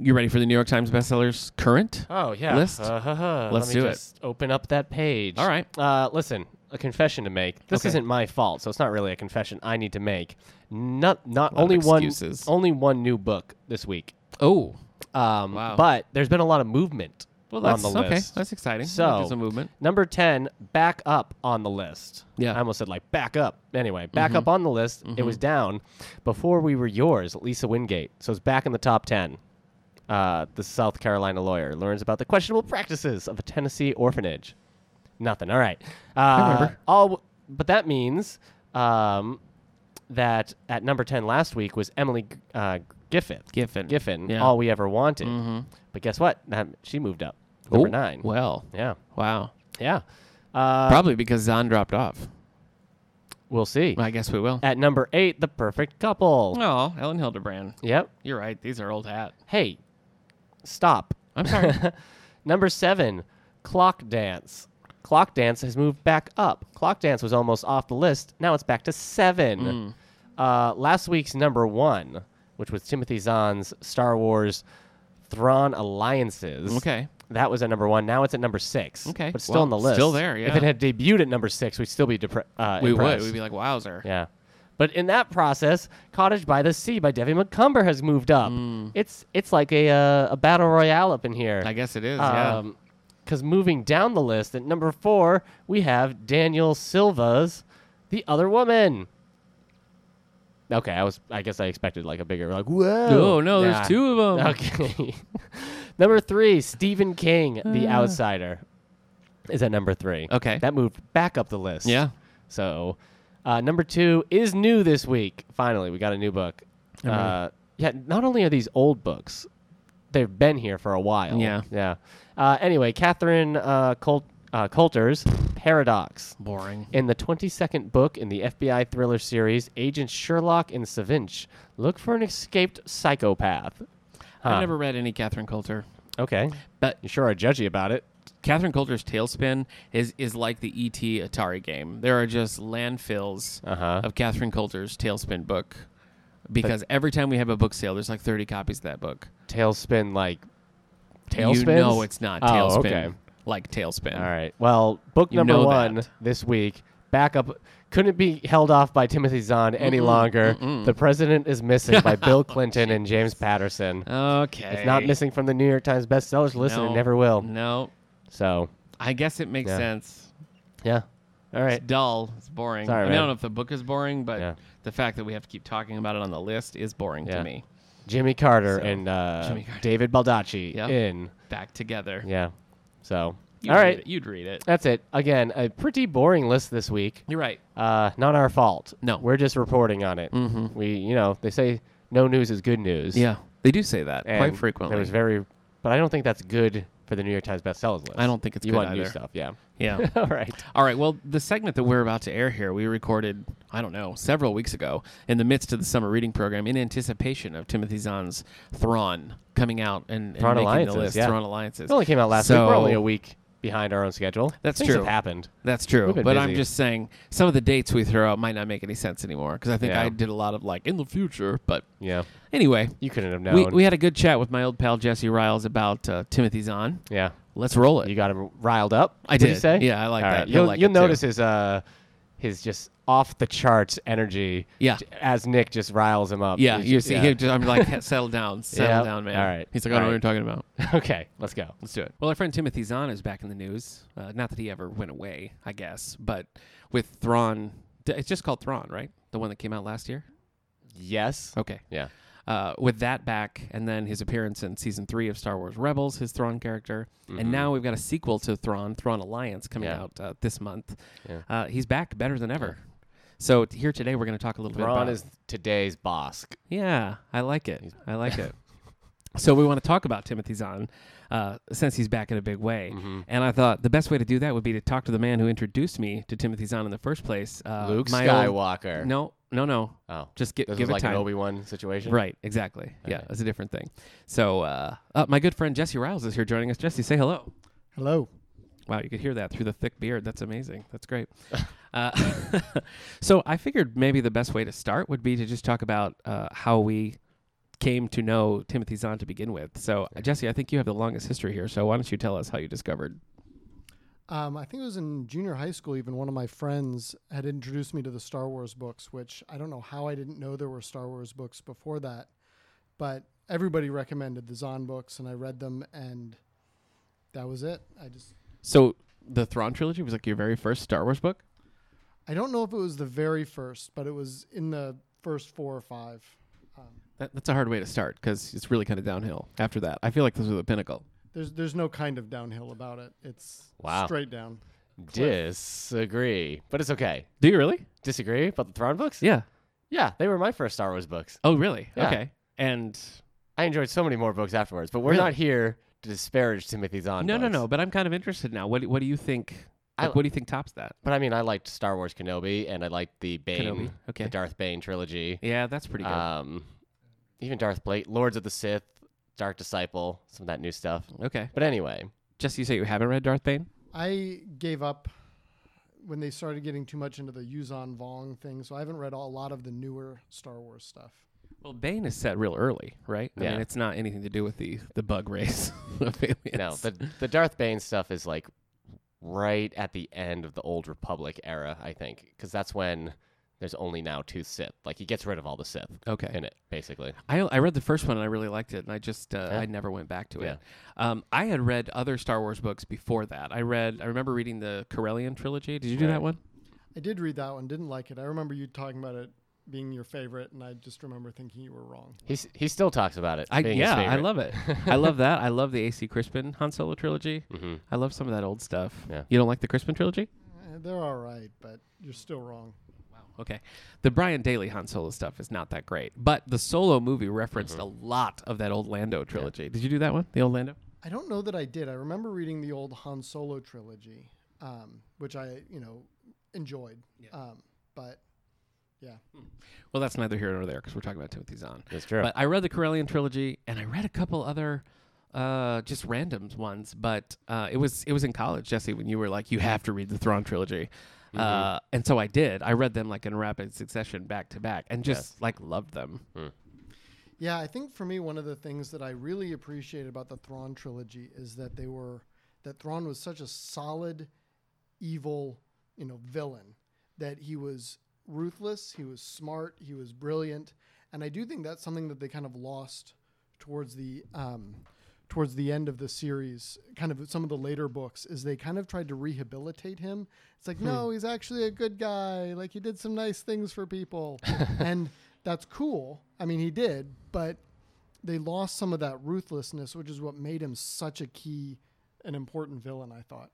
You ready for the New York Times bestsellers current?
Oh yeah.
List?
Uh, huh, huh.
Let's
Let me
do it.
just Open up that page.
All right.
Uh, listen, a confession to make. This
Okay.
isn't my fault, so it's not really a confession I need to make. Not not only one
excuses.
only one new book this week.
Oh,
Um,
Wow.
But there's been a lot of movement
well, that's
on the
okay.
list.
That's exciting.
So-
there's a movement.
Number 10, back up on the list.
Yeah. Mm-hmm.
I almost said like back up. Anyway, back up on the list. It was down before we were yours, Lisa Wingate. So it's back in the top 10. Uh, the South Carolina lawyer learns about the questionable practices of a Tennessee orphanage. Nothing. All right. Uh,
remember.
All, but that means um, that at number 10 last week was Emily uh, Giffith.
Giffen.
Giffin,
Yeah. Mm-hmm.
All We Ever Wanted. But guess what? That, she moved up. Number
Oh,
nine.
Well,
Yeah.
wow.
Yeah. Uh,
Probably because Zahn dropped off.
We'll see.
I guess we will.
At number eight, the perfect couple.
Oh, Ellen Hildebrand.
Yep.
You're right. These are old hat.
Hey, stop.
I'm sorry.
Number seven, clock dance. Clock dance has moved back up. Clock dance was almost off the list. Now it's back to
Mm.
seven. Uh, last week's number one, which was Timothy Zahn's Star Wars Thrawn Alliances.
okay.
That was at number one. Now it's at number six.
Okay.
But still
Well,
on the list.
still there,
If
yeah.
it had debuted at number six, we'd still be depre- uh,
We
impressed.
would. We'd be like, wowzer.
Yeah. But in that process, Cottage by the Sea by Debbie McCumber has moved up. It's it's like a uh, a battle royale up in here.
Hmm. I guess it is.
Um,
yeah.
Because moving down the list at number four, we have Daniel Silva's The Other Woman. Okay, I was. I guess I expected like a bigger like whoa.
Oh, no, there's two of 'em.
Okay. number three, Stephen King, The
Ah.
Outsider, is at number three.
Okay.
that moved back up the list.
Yeah.
So, uh, number two is new this week. Finally, we got a new book. Uh, yeah, not only are these old books, they've been here for a while.
Yeah.
Yeah. Uh, anyway, Catherine uh, Col- uh, Coulter's Paradox.
Boring.
In the 22nd book in the FBI thriller series, Agents Sherlock and Savinch look for an escaped psychopath. um,
I've never read any Catherine Coulter.
Okay.
But
You sure are judgy about it.
Catherine Coulter's Tailspin is is like the E ET Atari game. There are just landfills
Uh-huh.
of Catherine Coulter's Tailspin book because every time we have a book sale, there's like 30 copies of that book.
Tailspin like tailspin.
You know it's not tailspin.
Oh, okay.
Like tailspin.
All right. Well, book
You
number
know
one
that.
this week. Back up. Couldn't be held off by Timothy Zahn any longer. The President is Missing by Bill Clinton and James Patterson.
Okay.
It's not missing from the New York Times bestsellers list, and it
No.
never will.
No.
So,
I guess it makes
Yeah.
sense.
yeah. All right.
It's dull. It's boring.
Sorry,
I, mean, I
man.
don't know if the book is boring, but
Yeah.
the fact that we have to keep talking about it on the list is boring
Yeah.
to me.
Jimmy Carter
So,
and uh,
Jimmy Carter.
David Baldacci
Yep.
in.
Back together.
Yeah. So,
You'd
all
read
right. Uh,
it. You'd read it.
That's it. Again, a pretty boring list this week.
You're right.
Uh, not our fault.
No.
We're just reporting on it. Mm-hmm. We, you know, they say no news is good news.
Yeah. They do say that
And
quite frequently.
It was very, but I don't think that's good for the New York Times bestsellers list.
I don't think it's
you
good
want new
either.
stuff. Yeah.
yeah.
All right.
All right. Well, the segment that we're about to air here, we recorded, I don't know, several weeks ago in the midst of the summer reading program in anticipation of Timothy Zahn's Thrawn coming out and, and
Thrawn
making
Alliances,
the list.
yeah.
Thrawn Alliances.
It only came out last week. We're
So-
only a week behind our own schedule.
That's
Things have
true.
happened.
That's true.
We've
But
been
I'm
busy.
just saying some of the dates we throw out might not make any sense anymore because I think
Yeah.
I did a lot of like in the future. But
Yeah.
anyway,
You couldn't have known.
we, we had a good chat with my old pal Jesse Riles about uh, Timothy Zahn.
yeah.
Let's roll it.
You got him riled up.
I
would You
did.
say?
Yeah, I like
All
that.
right.
You'll
You'll,
like
you'll
it, too.
notice his uh, his just off the charts energy.
Yeah.
j- As Nick just riles him up.
yeah,
He's
you
just-
see,
yeah.
he just- I'm like, settle down, settle
Yeah.
down, man.
All right.
He's like, I
All
don't know what you're
right.
talking about.
okay. Let's go.
Let's do it. Well, our friend Timothy Zahn is back in the news. Uh, not that he ever went away, I guess, but with Thrawn, d- it's just called Thrawn, right? The one that came out last year.
Yes.
Okay.
Yeah.
Uh, with that back, and then his appearance in season three of Star Wars Rebels, his Thrawn character, and now we've got a sequel to Thrawn, Thrawn Alliance, coming
Mm-hmm. Yeah.
out uh, this month.
Yeah.
Uh, he's back, better than ever. So t- here today, we're going to talk a little bit
Ron
about.
is today's Bosk.
Yeah, I like it. I like it. So we want to talk about Timothy Zahn uh, since he's back in a big way,
Mm-hmm.
and I thought the best way to do that would be to talk to the man who introduced me to Timothy Zahn in the first place, uh,
Luke
my old-
Skywalker.
no, no, no.
Oh.
Just gi-
This
give
was
it
like
time.
an Obi Wan situation.
Right, exactly. Yeah, it's a different thing. So, uh, uh, my good friend Jesse Riles is here joining us. Jesse, say hello.
Hello.
Wow, you could hear that through the thick beard. That's amazing. That's great. uh, so, I figured maybe the best way to start would be to just talk about uh, how we came to know Timothy Zahn to begin with. So, uh, Jesse, I think you have the longest history here. So, why don't you tell us how you discovered?
Um, I think it was in junior high school, even one of my friends had introduced me to the Star Wars books, which I don't know how I didn't know there were Star Wars books before that, but everybody recommended the Zahn books, and I read them, and that was it. I just,
So, the Thrawn trilogy was like your very first Star Wars book.
I don't know if it was the very first, but it was in the first four or five. Um,
That, that's a hard way to start because it's really kind of downhill after that. I feel like those were the pinnacle.
there's, there's no kind of downhill about it. It's
Wow.
straight down.
Disagree, but it's okay.
Do you really?
Disagree about the Thrawn books?
Yeah.
Yeah, they were my first Star Wars books.
Oh, really?
Yeah.
Okay. And
I enjoyed so many more books afterwards, but we're
Really?
not here to disparage Timothy Zahn.
no, no,
books.
no. But I'm kind of interested now. What What do you think?
I-
Like, what do you think tops that?
But I mean, I liked Star Wars Kenobi, and I liked the Bane,
Kenobi, okay.
the Darth Bane trilogy.
Yeah, that's pretty good.
Um, even Darth Blade, Lords of the Sith, Dark Disciple, some of that new stuff.
okay.
But anyway,
Just you say you haven't read Darth Bane?
I gave up when they started getting too much into the Yuzan Vong thing, so I haven't read a lot of the newer Star Wars stuff.
Well, Bane is set real early, right? I
Yeah.
mean, it's not anything to do with the the bug race of aliens.
no, the the Darth Bane stuff is like right at the end of the Old Republic era, I think, because that's when there's only now two Sith. Like he gets rid of all the Sith
okay.
in it, basically.
I, I read the first one and I really liked it, and I just uh, I never went back to it. Um, I had read other Star Wars books before that. I read I remember reading the Corellian trilogy. Did you do
Right.
that one?
I did read that one, didn't like it. I remember you talking about it being your favorite, and I just remember thinking you were wrong.
He he still talks about it.
I,
being
yeah,
his
I
favorite.
love it. I love that. I love the AC Crispin Han Solo trilogy.
Mhm.
I love some of that old stuff.
Yeah.
You don't like the Crispin trilogy?
Eh, they're all right, but you're still wrong.
Okay. The Brian Daley Han Solo stuff is not that great, but the Solo movie referenced a lot of that old Lando trilogy. Did you do that one? The old Lando?
I don't know that I did. I remember reading the old Han Solo trilogy, um, which I, you know, enjoyed. Um, but yeah,
Well, that's neither here nor there because we're talking about Timothy Zahn.
It's true.
But I read the Corellian trilogy and I read a couple other uh, just randoms ones, but uh, it was it was in college, Jesse, when you were like, you have to read the Thrawn trilogy. Uh, and so I did. I read them like in rapid succession, back to back, and just
Yes.
like loved them.
Yeah, I think for me, one of the things that I really appreciated about the Thrawn trilogy is that they were that Thrawn was such a solid, evil, you know, villain that he was ruthless, he was smart, he was brilliant, and I do think that's something that they kind of lost towards the um, towards the end of the series. Kind of some of the later books is they kind of tried to rehabilitate him. It's like, no, he's actually a good guy. Like he did some nice things for people, and that's cool. I mean, he did, but they lost some of that ruthlessness, which is what made him such a key and important villain. I thought.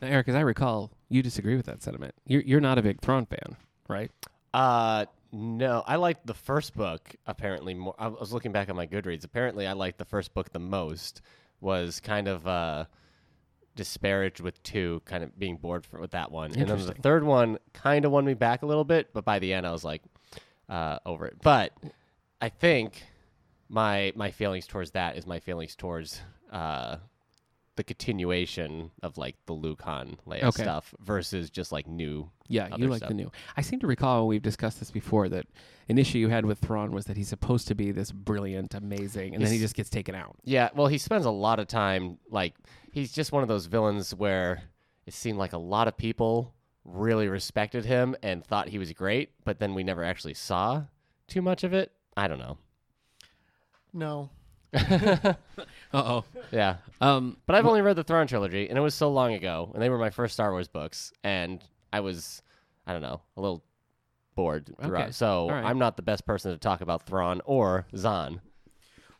Now, Eric, as I recall, you disagree with that sentiment. You're, you're not a big Thrawn fan, right?
Uh, no, I liked the first book apparently more. I was looking back at my Goodreads. Apparently, I liked the first book the most. Was kind of uh, disparaged with two, kind of being bored for, with that one, and then the
Interesting.
third one kind of won me back a little bit. But by the end, I was like uh, over it. But I think my my feelings towards that is my feelings towards uh, the continuation of like the Luke Han Leia
Okay.
stuff versus just like new.
Yeah,
other
you like
stuff.
the new. I seem to recall we've discussed this before that an issue you had with Thrawn was that he's supposed to be this brilliant, amazing, and then he
He's-
just gets taken out.
Yeah, well, he spends a lot of time like he's just one of those villains where it seemed like a lot of people really respected him and thought he was great, but then we never actually saw too much of it. I don't know.
No,
Uh oh.
Yeah,
Um,
but I've only read the Thrawn trilogy, and it was so long ago, and they were my first Star Wars books, and I was, I don't know, a little bored throughout.
Okay,
So
all right.
I'm not the best person to talk about Thrawn or Zahn.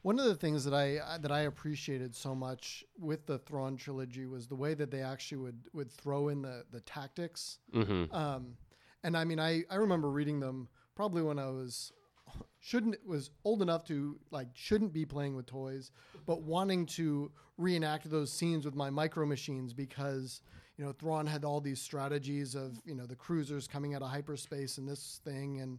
One of the things that I uh, that I appreciated so much with the Thrawn trilogy was the way that they actually would would throw in the the tactics.
Mm-hmm.
Um, and I mean, I I remember reading them probably when I was shouldn't was old enough to like shouldn't be playing with toys, but wanting to reenact those scenes with my micro machines because you know Thrawn had all these strategies of you know the cruisers coming out of hyperspace and this thing and.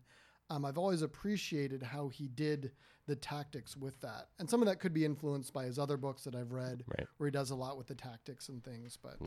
Um, I've always appreciated how he did the tactics with that, and some of that could be influenced by his other books that I've read,
Right.
where he does a lot with the tactics and things. But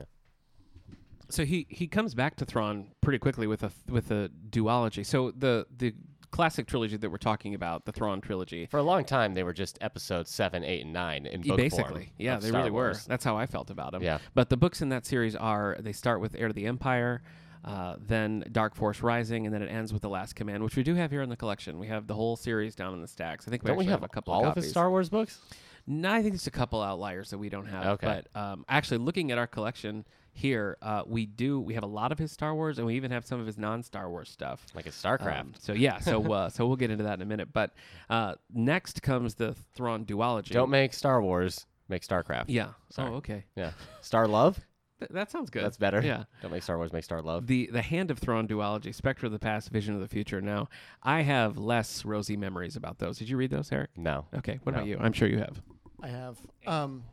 so he he comes back to Thrawn pretty quickly with a with a duology. So the the classic trilogy that we're talking about, the Thrawn trilogy,
For a long time, they were just episodes seven, eight, and nine in book
E, basically,
form
yeah,
of
they
Star
really
Wars.
were. That's how I felt about them.
Yeah.
But the books in that series are they start with Heir to the Empire. Uh, then Dark Force Rising, and then it ends with The Last Command, which we do have here in the collection. We have the whole series down in the stacks. I think we
Don't we
actually
have,
a couple
all
of
of,
copies.
his Star Wars books?
No, I think there's a couple outliers that we don't have.
Okay.
But um, actually, looking at our collection here, uh, we do we have a lot of his Star Wars, and we even have some of his non-Star Wars stuff.
Like a StarCraft.
Um, so yeah, so uh, so we'll get into that in a minute. But uh, next comes the Thrawn duology.
Don't make Star Wars, make StarCraft.
yeah.
Sorry.
Oh, okay.
Yeah. Star Love?
Th- that sounds good.
That's better.
Yeah.
Don't make Star Wars, make Star Love.
The the Hand of Thrawn duology, Spectre of the Past, Vision of the Future. Now, I have less rosy memories about those. Did you read those, Eric?
No.
Okay. What
No.
about you? I'm sure you have.
I have. Um,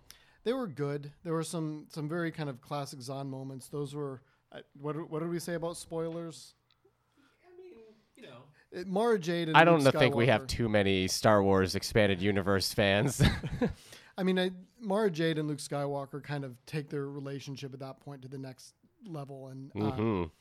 they were good. There were some some very kind of classic Zon moments. Those were. I what do- what did we say about spoilers? I mean, you know, Mara Jade. And
I don't know,
Luke
think we have
Skywalker-
too many Star Wars expanded universe fans.
I mean, I, Mara Jade and Luke Skywalker kind of take their relationship at that point to the next level and uh,
Mhm.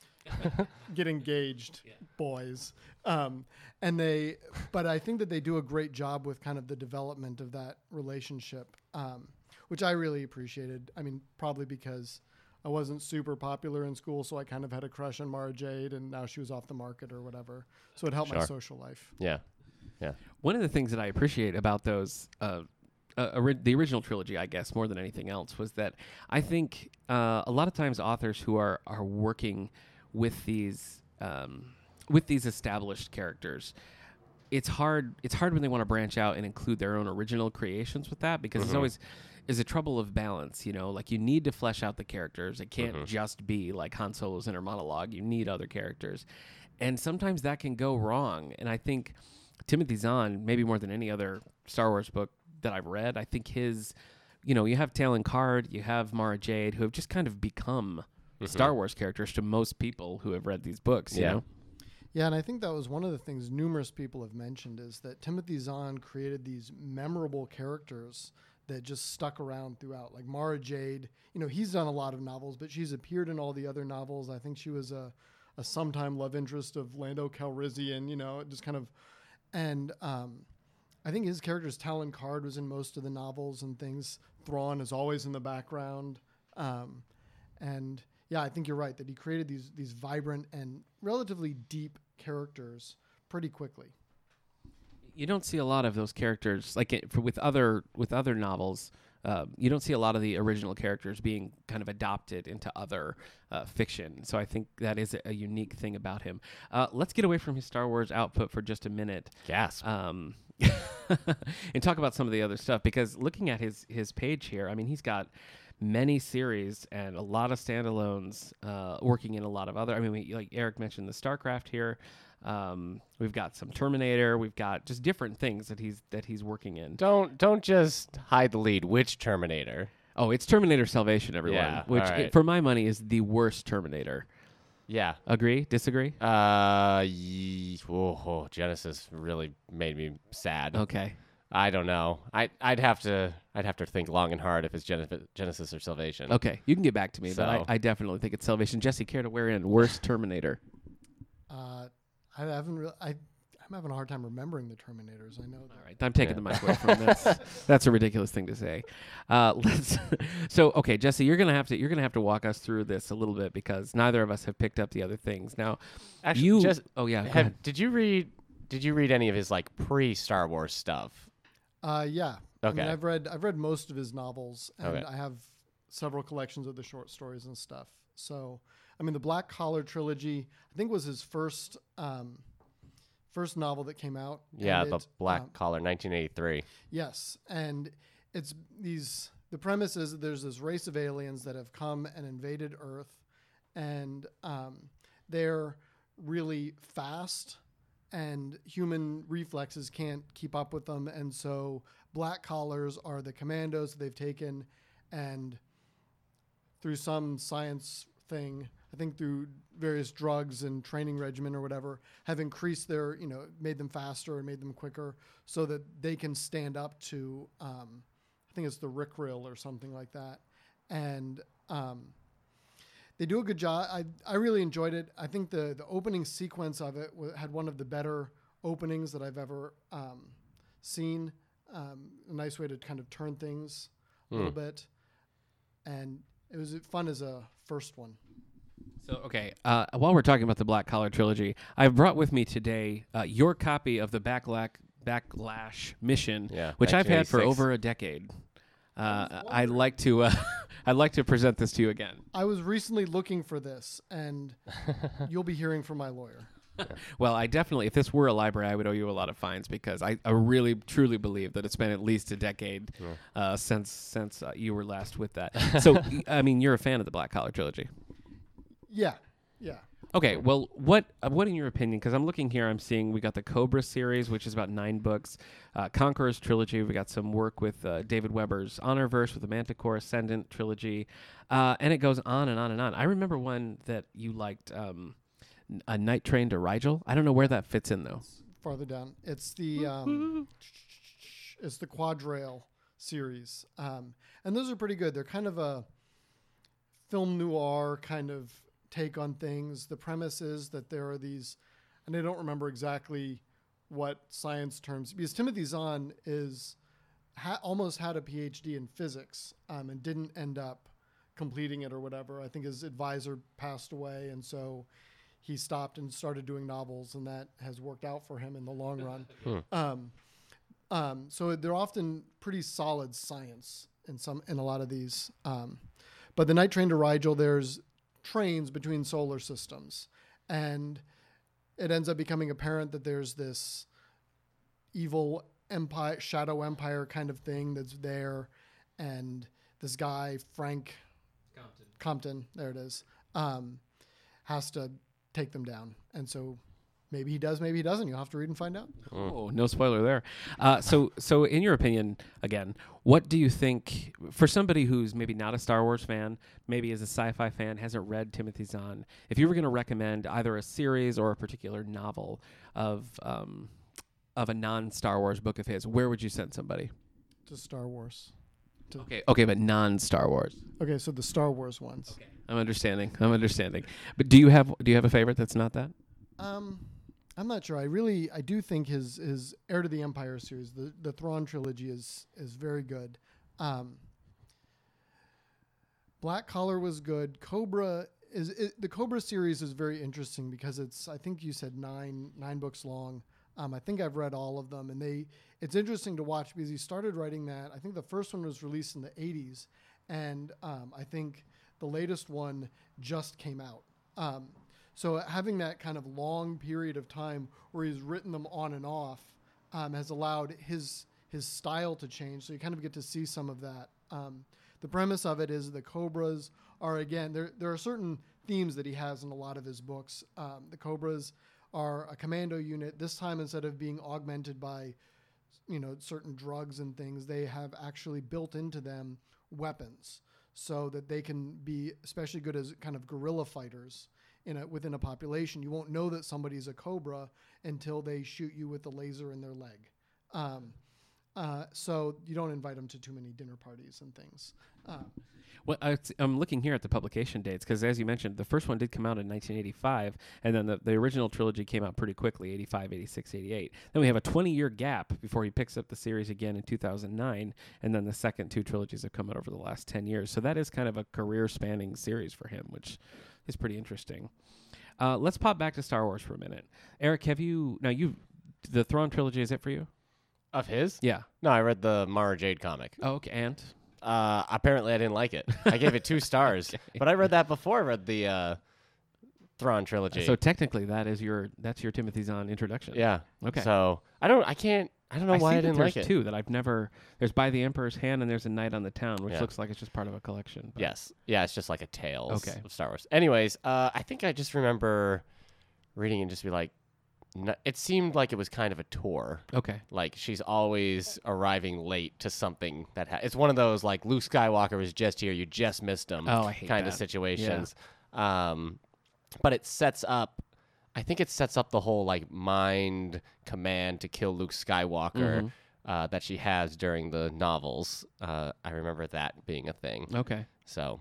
get engaged, boys. Um, and they, but I think that they do a great job with kind of the development of that relationship, um, which I really appreciated. I mean, probably because I wasn't super popular in school, so I kind of had a crush on Mara Jade, and now she was off the market or whatever. So it helped my
Sure.
social life.
Yeah.
One of the things that I appreciate about those, uh, uh, ori- the original trilogy, I guess, more than anything else, was that I think uh, a lot of times authors who are are working with these um, with these established characters. It's hard. It's hard when they want to branch out and include their own original creations with that because it's always is a trouble of balance. You know, like you need to flesh out the characters. It can't just be like Han Solo's inner monologue. You need other characters, and sometimes that can go wrong. And I think Timothy Zahn, maybe more than any other Star Wars book that I've read, I think his, you know, you have Talon Card, you have Mara Jade, who have just kind of become Star Wars characters to most people who have read these books. You
Yeah.
know?
Yeah, and I think that was one of the things numerous people have mentioned is that Timothy Zahn created these memorable characters that just stuck around throughout. Like Mara Jade, you know, he's done a lot of novels, but she's appeared in all the other novels. I think she was a, a sometime love interest of Lando Calrissian, you know, just kind of, and um, I think his character's Talon Card was in most of the novels and things. Thrawn is always in the background, um, and yeah, I think you're right that he created these these vibrant and relatively deep characters pretty quickly.
you don't see a lot of those characters like it, for, with other with other novels. Uh, you don't see a lot of the original characters being kind of adopted into other uh, fiction. So I think that is a unique thing about him. Uh, let's get away from his Star Wars output for just a minute
Gasp.
um, and talk about some of the other stuff because looking at his his page here, I mean, he's got many series and a lot of standalones, uh, working in a lot of other. I mean, we, like Eric mentioned the Starcraft here. Um, we've got some Terminator. We've got just different things that he's that he's working in.
Don't don't just hide the lead. Which Terminator?
Oh, it's Terminator Salvation, everyone,
Yeah,
which
all right.
for my money is the worst Terminator.
Yeah.
Agree? Disagree?
Uh, ye- oh, oh, Genesis really made me sad.
Okay.
I don't know. I I'd have to I'd have to think long and hard if it's Gen- Genesis or Salvation.
Okay, you can get back to me, but I,
So-
I definitely think it's Salvation. Jesse, care to wear in worst Terminator?
Uh, I haven't really. I, I'm having a hard time remembering the Terminators. I know.
All right, I'm taking
Yeah.
the mic away from this. That's a ridiculous thing to say. Uh, let's. So, okay, Jesse, you're gonna have to you're gonna have to walk us through this a little bit because neither of us have picked up the other things. Now,
Actually,
you.
just
oh yeah. go ahead.
have, did you read Did you read any of his like pre Star Wars stuff?
That. Uh, yeah. I
Okay.
mean, I've read I've read most of his novels, and
Okay.
I have several collections of the short stories and stuff. So, I mean, the Black Collar trilogy, I think, was his first um, first novel that came out. and
Yeah, the
it,
Black
um,
Collar, 1983.
Yes, and it's these. The premise is that there's this race of aliens that have come and invaded Earth, and um, they're really fast, and human reflexes can't keep up with them, and so black collars are the commandos that they've taken, and through some science thing, I think through various drugs and training regimen or whatever, have increased their, you know, made them faster and made them quicker so that they can stand up to, um, I think it's the Rick Rail or something like that. And um, they do a good job. I, I really enjoyed it. I think the, the opening sequence of it wa had one of the better openings that I've ever um, seen. Um, a nice way to kind of turn things a little bit and it was fun as a first one.
So okay, uh, while we're talking about the Black Collar trilogy, I've brought with me today uh, your copy of the Backlash Backlash Mission,
Yeah,
which I've had for
1986.
over a decade. Uh, I'd like to uh, I'd like to present this to you again.
I was recently looking for this, and you'll be hearing from my lawyer.
Well, I definitely, if this were a library, I would owe you a lot of fines because I, I really truly believe that it's been at least a decade uh, since since uh, you were last with that. So, y- I mean, you're a fan of the Black Collar trilogy.
Yeah, yeah.
Okay, well, what uh, what in your opinion? Because I'm looking here, I'm seeing we got the Cobra series, which is about nine books, uh, Conqueror's trilogy. We got some work with uh, David Weber's Honor Verse with the Manticore Ascendant trilogy, uh, and it goes on and on and on. I remember one that you liked, um, N- a Night Train to Rigel. I don't know where that fits in though.
Farther down, it's the um, it's the Quadrail series, um, and those are pretty good. They're kind of a film noir kind of take on things. The premise is that there are these, and I don't remember exactly what science terms because Timothy Zahn is ha- almost had a PhD in physics um, and didn't end up completing it or whatever. I think his advisor passed away, and so he stopped and started doing novels, and that has worked out for him in the long run. Um, um, so they're often pretty solid science in some in a lot of these. Um, but the night train to Rigel, there's trains between solar systems, and it ends up becoming apparent that there's this evil empire, shadow empire kind of thing that's there, and this guy Frank Compton, Compton, there it is, um, has to take them down, and so maybe he does, maybe he doesn't. You'll have to read and find out.
Oh, no spoiler there. Uh, so, so in your opinion, again, what do you think for somebody who's maybe not a Star Wars fan, maybe is a sci-fi fan, hasn't read Timothy Zahn? If you were going to recommend either a series or a particular novel of um, of a non-Star Wars book of his, where would you send somebody?
to Star Wars. To, okay.
Okay, okay, but non Star Wars.
so the Star Wars ones.
I'm understanding. I'm understanding. But do you have do you have a favorite that's not that?
Um, I'm not sure. I really, I do think his his Heir to the Empire series, the the Thrawn trilogy, is is very good. Um, Black Collar was good. Cobra is it, the Cobra series is very interesting because it's I think you said nine nine books long. Um, I think I've read all of them, and they it's interesting to watch because he started writing that. I think the first one was released in the '80s, and um, I think the latest one just came out. Um, so having that kind of long period of time where he's written them on and off um, has allowed his his style to change. So you kind of get to see some of that. Um, the premise of it is the cobras are again there. There are certain themes that he has in a lot of his books. Um, the cobras are a commando unit. This time instead of being augmented by you know certain drugs and things they have actually built into them weapons so that they can be especially good as kind of guerrilla fighters in a, within a population you won't know that somebody's a cobra until they shoot you with a laser in their leg um, uh, so you don't invite them to too many dinner parties and things uh,
Well, I, am looking here at the publication dates because, as you mentioned, the first one did come out in 1985, and then the, the original trilogy came out pretty quickly 85, 86, 88. Then we have a 20 year gap before he picks up the series again in 2009, and then the second two trilogies have come out over the last 10 years. So that is kind of a career spanning series for him, which is pretty interesting. Uh, let's pop back to Star Wars for a minute. Eric, have you. Now, you. The Throne trilogy, is it for you?
Of his?
Yeah.
No, I read the Mara Jade comic.
Oh, okay. And?
Uh, apparently, I didn't like it. I gave it two stars, but I read that before I read the uh, Thrawn trilogy.
So technically, that is your that's your Timothy Zahn introduction.
yeah.
Okay.
So I don't. I can't. I don't know
I
why
see
I
that
didn't
there's
like it.
two that I've never. There's by the Emperor's Hand and there's a Night on the Town, which
Yeah.
looks like it's just part of a collection. but-
Yes. Yeah, it's just like a tales
Okay.
of Star Wars. Anyways, uh, I think I just remember reading and just be like, n- it seemed like it was kind of a tour.
Okay.
Like she's always arriving late to something that ha- it's one of those like Luke Skywalker was just here, you just missed him
Oh, I hate
kind of
that.
situations. Um, but it sets up. I think it sets up the whole like mind command to kill Luke Skywalker.
Mm-hmm.
Uh, that she has during the novels. Uh, I remember that being a thing.
Okay.
So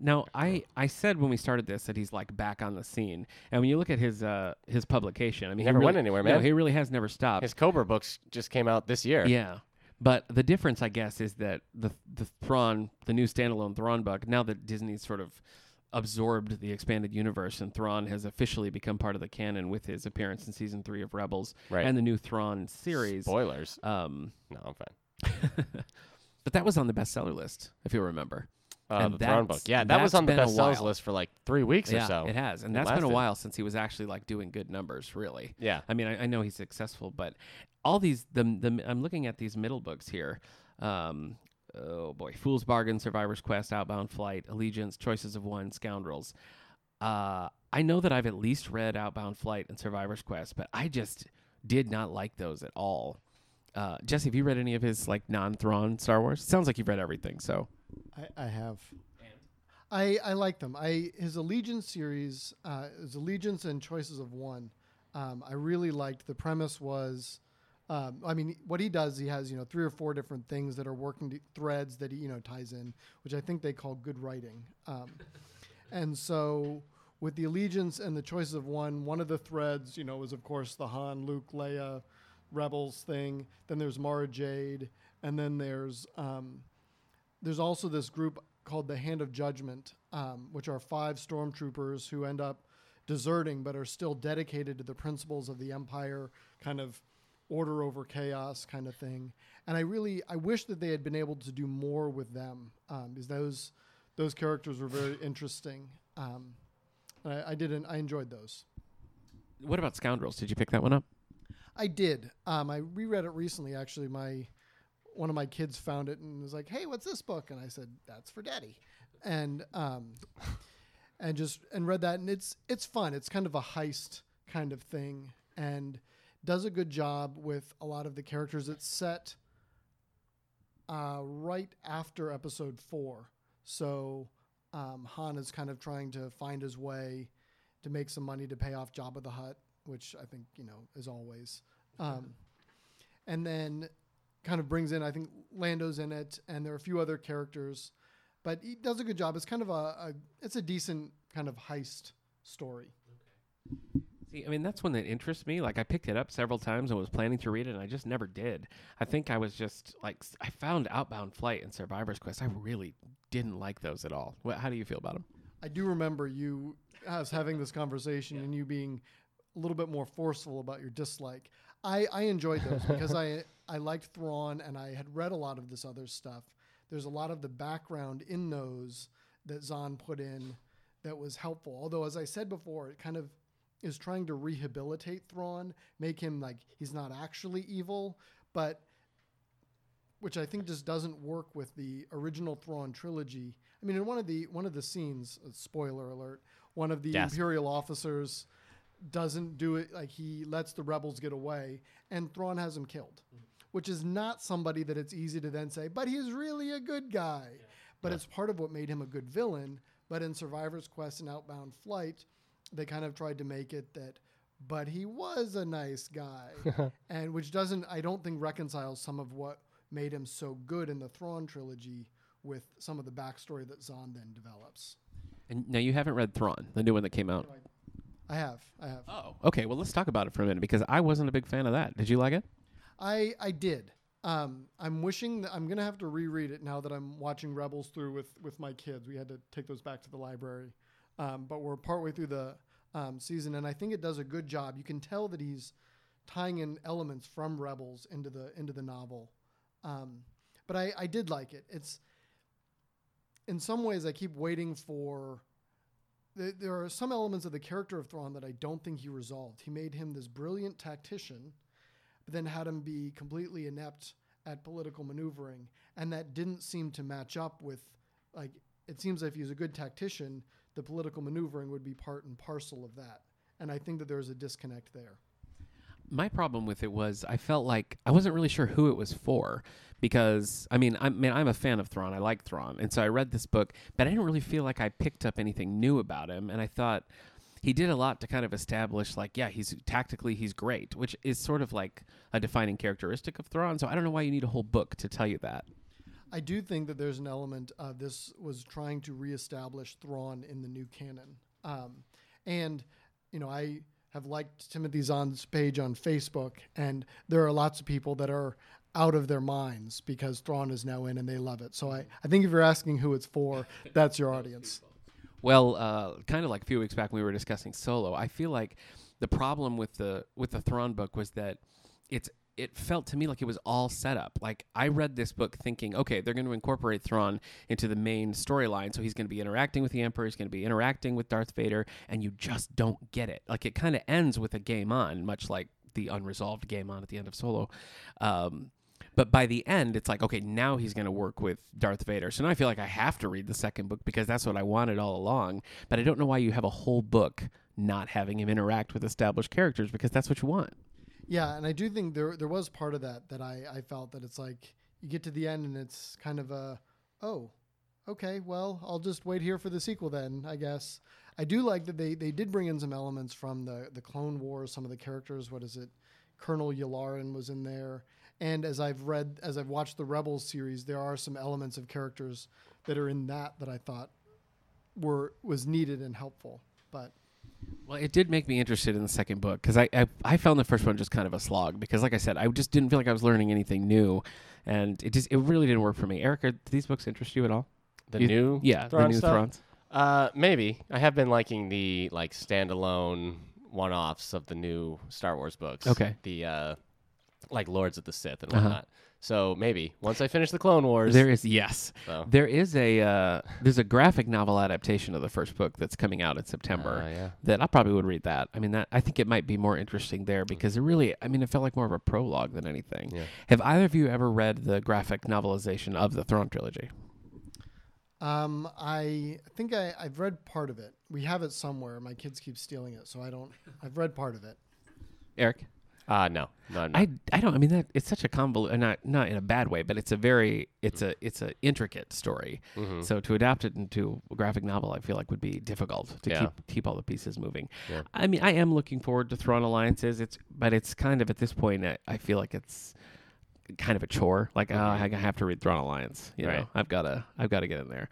Now I, I said when we started this that he's like back on the scene, and when you look at his uh his publication, I mean,
Never
he really,
went anywhere,
No,
man.
he really has never stopped.
His Cobra books just came out this year.
Yeah. But the difference, I guess, is that the the Thrawn, the new standalone Thrawn book, now that Disney's sort of absorbed the expanded universe and Thrawn has officially become part of the canon with his appearance in season three of Rebels
Right.
and the new Thrawn series.
Spoilers.
Um,
No, I'm fine.
but that was on the bestseller list, if you remember.
Uh,
And
the Thrawn book.
that's-
Yeah, that was
that's
on the
been a
best sellers
while.
list for like three weeks or so.
it has,
It
and that's been a
lasted.
while since he was actually like doing good numbers, really.
Yeah.
I mean, I, I know he's successful, but all these the the I'm looking at these middle books here. Um, oh boy, Fool's Bargain, Survivor's Quest, Outbound Flight, Allegiance, Choices of One, Scoundrels. Uh, I know that I've at least read Outbound Flight and Survivor's Quest, but I just did not like those at all. Uh, Jesse, have you read any of his like non-Thrawn Star Wars? Sounds like you've read everything. So
I, I have. I, I like them. I his Allegiance series, uh, his Allegiance and Choices of One. Um, I really liked. The premise was, um, I mean, what he does, he has you know three or four different things that are working to, threads that he you know ties in, which I think they call good writing. Um, and so with the allegiance and the choices of one, one of the threads, you know, was of course the Han, Luke, Leia, rebels thing. Then there's Mara Jade, and then there's um, there's also this group called the Hand of Judgment, um, which are five stormtroopers who end up deserting but are still dedicated to the principles of the Empire, kind of order over chaos kind of thing. And I really I wish that they had been able to do more with them um, because those those characters were very interesting. Um, I, I didn't I enjoyed those.
what about Scoundrels? Did you pick that one up?
I did. Um, I reread it recently. Actually, my one of my kids found it and was like, "Hey, what's this book?" And I said, "That's for Daddy," and um, and just and read that. And it's it's fun. It's kind of a heist kind of thing, and does a good job with a lot of the characters. It's set uh, right after Episode Four, so um, Han is kind of trying to find his way to make some money to pay off Jabba the Hutt, which I think you know is always. Um, and then kind of brings in. I think Lando's in it, and there are a few other characters, but he does a good job. It's kind of a, a it's a decent kind of heist story.
See, I mean, that's one that interests me. Like, I picked it up several times and was planning to read it, and I just never did. I think I was just like, s- I found Outbound Flight and Survivor's Quest. I really didn't like those at all. What, how do you feel about them?
I do remember you us having this conversation and you being a little bit more forceful about your dislike. I, I enjoyed those because I I liked Thrawn and I had read a lot of this other stuff. There's a lot of the background in those that Zahn put in that was helpful. Although as I said before, it kind of is trying to rehabilitate Thrawn, make him like he's not actually evil, but which I think just doesn't work with the original Thrawn trilogy. I mean, in one of the one of the scenes, uh, spoiler alert, one of the
Yes.
Imperial officers doesn't do it like he lets the rebels get away, and Thrawn has him killed, which is not somebody that it's easy to then say, but he's really a good guy. But it's part of what made him a good villain. But in Survivor's Quest and Outbound Flight, they kind of tried to make it that but he was a nice guy and which doesn't i don't think reconciles some of what made him so good in the thrawn trilogy with some of the backstory that zahn then develops
And now you haven't read Thrawn, the new one that came out.
i have i have
Oh, okay. Well, let's talk about it for a minute because I wasn't a big fan of that. Did you like it?
i i did um, i'm wishing that i'm gonna have to reread it now that i'm watching rebels through with with my kids we had to take those back to the library um, but we're partway through the um, season and i think it does a good job you can tell that he's tying in elements from rebels into the into the novel um, but I, I did like it it's in some ways i keep waiting for th- there are some elements of the character of Thrawn that I don't think he resolved. He made him this brilliant tactician, but then had him be completely inept at political maneuvering, and that didn't seem to match up with like it seems if he's a good tactician, the political maneuvering would be part and parcel of that. And I think that there's a disconnect there.
my problem with it was I felt like I wasn't really sure who it was for because I mean I mean I'm a fan of Thrawn I like Thrawn and so I read this book but I didn't really feel like I picked up anything new about him and I thought he did a lot to kind of establish like yeah he's tactically he's great which is sort of like a defining characteristic of Thrawn so I don't know why you need a whole book to tell you that
I do think that there's an element of this was trying to reestablish Thrawn in the new canon. Um, and, you know, I have liked Timothy Zahn's page on Facebook, and there are lots of people that are out of their minds because Thrawn is now in and they love it. So I, I think if you're asking who it's for, that's your audience.
Well, uh, kind of like a few weeks back when we were discussing Solo, I feel like the problem with the with the Thrawn book was that it's it felt to me like it was all set up. Like I read this book thinking, okay, they're going to incorporate Thrawn into the main storyline, so he's going to be interacting with the Emperor, he's going to be interacting with Darth Vader, and you just don't get it. Like it kind of ends with a game on, much like the unresolved game on at the end of Solo. Um, but by the end, it's like, okay, now he's going to work with Darth Vader. So now I feel like I have to read the second book because that's what I wanted all along. But I don't know why you have a whole book not having him interact with established characters because that's what you want.
Yeah, and I do think there there was part of that that I, I felt that it's like you get to the end and it's kind of a oh, okay, well I'll just wait here for the sequel then I guess. I do like that they, they did bring in some elements from the the Clone Wars, some of the characters. What is it? Colonel Yularen was in there, and as I've read as I've watched the Rebels series, there are some elements of characters that are in that that I thought were was needed and helpful, but.
Well, it did make me interested in the second book because I, I I found the first one just kind of a slog because, like I said, I just didn't feel like I was learning anything new, and it just it really didn't work for me. Erica, do these books interest you at all?
The
You-
new
yeah,
Thrawn
the new
stuff?
Thrawns.
Uh, maybe I have been liking the like standalone one-offs of the new Star Wars books.
Okay.
the uh, like Lords of the Sith and
Uh-huh.
whatnot. So maybe once I finish the Clone Wars,
There is yes,
so.
there is a uh, there's a graphic novel adaptation of the first book that's coming out in September.
Uh, yeah.
that I probably would read that. I mean, that I think it might be more interesting there because it really, I mean, it felt like more of a prologue than anything.
Yeah.
Have either of you ever read the graphic novelization of the Thrawn trilogy?
Um, I think I, I've read part of it. We have it somewhere. My kids keep stealing it, so I don't. I've read part of it.
Eric,
Uh, no, no, no.
I, I don't. I mean, that it's such a convoluted, not not in a bad way, but it's a very it's a it's a intricate story.
Mm-hmm.
So to adapt it into a graphic novel, I feel like would be difficult to
Yeah.
keep keep all the pieces moving.
Yeah.
I mean, uh, I am looking forward to Thrawn alliances. It's but it's kind of at this point, I, I feel like it's kind of a chore. Like, oh, I have to read Throne Alliance. You
Mm-hmm. Right.
know, I've got to, I've got to get in there.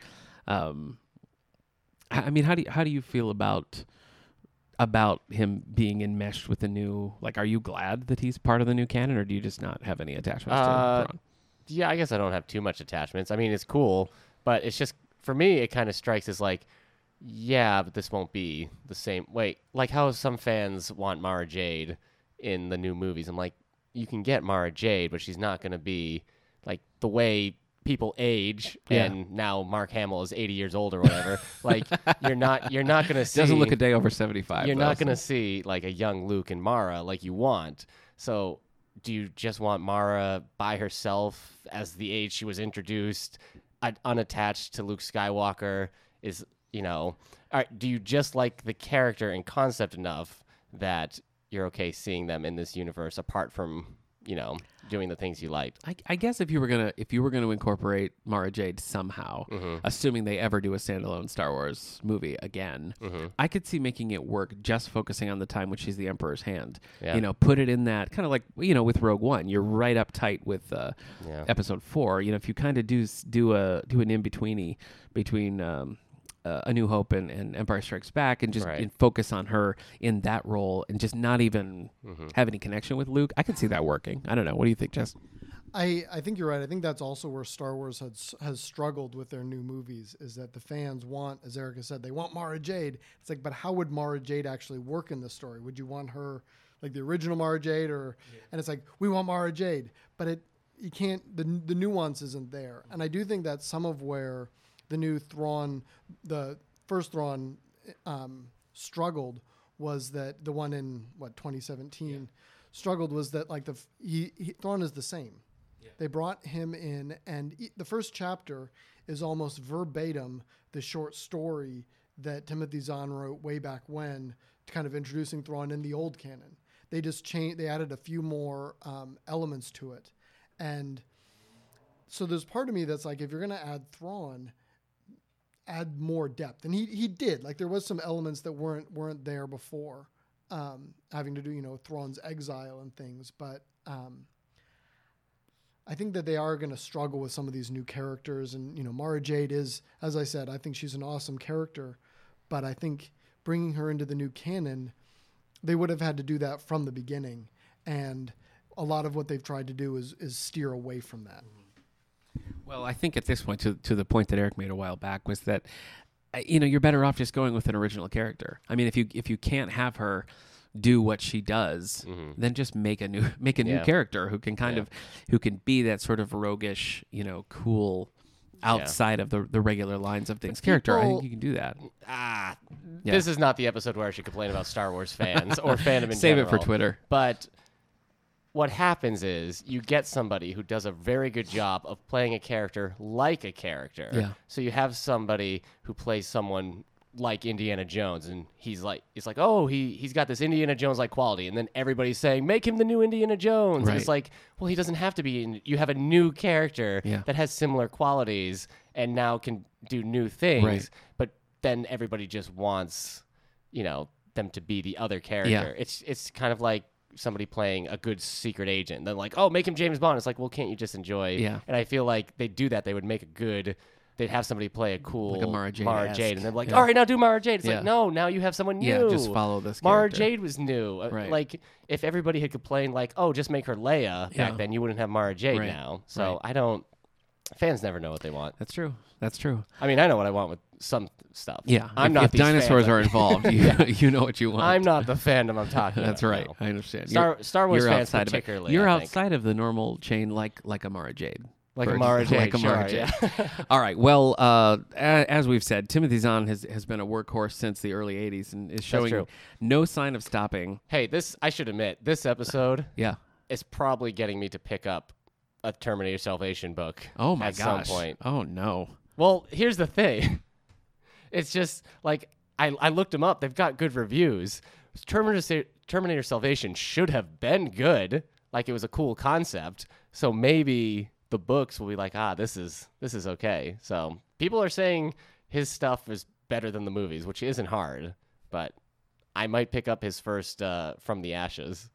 Um, I I mean, how do you, how do you feel about about him being enmeshed with the new? Like, are you glad that he's part of the new canon, or do you just not have any attachments
Uh,
to Thrawn?
yeah, I guess I don't have too much attachments. I mean, it's cool, but it's just for me, it kind of strikes as like, yeah, but this won't be the same. Wait, like how some fans want Mara Jade in the new movies. I'm like, you can get Mara Jade, but she's not going to be like the way people age
Yeah.
and now Mark Hamill is 80 years old or whatever. like you're not you're not going to see
Doesn't look a day over seventy five.
you're not going to see like a young Luke and Mara like you want. So, do you just want Mara by herself as the age she was introduced, un- unattached to Luke Skywalker? Is you know, all right, do you just like the character and concept enough that you're okay seeing them in this universe apart from you know doing the things you liked?
I, I guess if you were gonna if you were gonna incorporate Mara Jade somehow,
Mm-hmm.
assuming they ever do a standalone Star Wars movie again,
Mm-hmm.
I could see making it work just focusing on the time when she's the Emperor's hand.
Yeah.
You know, put it in that kind of like you know with Rogue One, you're right up tight with uh,
Yeah.
Episode Four. You know, if you kind of do s- do a do an in betweeny between. Um, uh, a New Hope and, and Empire Strikes Back, and just
Right.
and focus on her in that role, and just not even
Mm-hmm.
have any connection with Luke. I could see that working. I don't know. What do you think, Jess?
I, I think you're right. I think that's also where Star Wars has has struggled with their new movies is that the fans want, as Erica said, they want Mara Jade. It's like, but how would Mara Jade actually work in the story? Would you want her like the original Mara Jade, or and it's like we want Mara Jade, but it you can't the the nuance isn't there. And I do think that's some of where the new Thrawn, the first Thrawn, um, struggled was that the one in what 2017 struggled was that like the f- he, he Thrawn is the same. They brought him in, and e- the first chapter is almost verbatim the short story that Timothy Zahn wrote way back when, to kind of introducing Thrawn in the old canon. They just changed, they added a few more um, elements to it, and so there's part of me that's like, if you're gonna add Thrawn, add more depth, and he he did. Like there was some elements that weren't weren't there before, um, having to do you know Thrawn's exile and things, but. Um, I think that they are going to struggle with some of these new characters. And, you know, Mara Jade is, as I said, I think she's an awesome character. But I think bringing her into the new canon, they would have had to do that from the beginning. And a lot of what they've tried to do is, is steer away from that.
Well, I think at this point, to, to the point that Eric made a while back, was that uh, you know you're better off just going with an original character. I mean, if you if you can't have her do what she does, then just make a new make a
Mm-hmm. Yeah.
new character who can kind of who can be that sort of roguish, you know, cool outside of the the regular lines of things character. I think
people-
you can do that.
Ah,
Yeah.
this is not the episode where I should complain about Star Wars fans or fandom in
Save it for
general.
Twitter.
But what happens is you get somebody who does a very good job of playing a character like a character.
Yeah.
So you have somebody who plays someone like Indiana Jones and he's like it's like, oh, he he's got this Indiana Jones like quality and then everybody's saying, Make him the new Indiana Jones. And it's
Right.
like, well he doesn't have to be in, you have a new character
Yeah.
that has similar qualities and now can do new things.
Right.
But then everybody just wants, you know, them to be the other character. It's it's kind of like somebody playing a good secret agent. They're like, oh, make him James Bond. It's like, well, can't you just enjoy?
Yeah.
And I feel like they do that. They would make a good. They'd have somebody play a cool
Like a Mara Jade-esque.
and they're like,
Yeah.
all right, now do Mara Jade. It's
Yeah.
like, no, now you have someone new.
Yeah, just follow this
Mara
character.
Jade was new. Uh,
Right.
Like, if everybody had complained, like, oh, just make her Leia
Yeah.
back then, you wouldn't have Mara Jade
Right.
now. So
Right.
I don't. Fans never know what they want.
That's true. That's true.
I mean, I know what I want with some stuff.
Yeah,
I'm
if,
not
If
these
dinosaurs
fans.
are involved, you, you know what you want.
I'm not the fandom I'm talking.
That's
about,
right.
no.
I understand.
Star- Star Wars fans
outside of it.
particularly,
You're
I think.
outside of the normal chain, like like Amara Jade.
Like
for
Amara
example.
Jade, sure,
All right. Well, uh, a- as we've said, Timothy Zahn has, has been a workhorse since the early '80s and is showing
true.
no sign of stopping.
Hey, this I should admit, this episode
Yeah.
is probably getting me to pick up a Terminator Salvation book.
Oh my
at
gosh.
some point.
Oh no.
Well, here's the thing. It's just like I, I looked them up. They've got good reviews. Terminator Sa- Terminator Salvation should have been good. Like it was a cool concept. So maybe the books will be like, ah, this is this is okay. So people are saying his stuff is better than the movies, which isn't hard. But I might pick up his first uh, From the Ashes.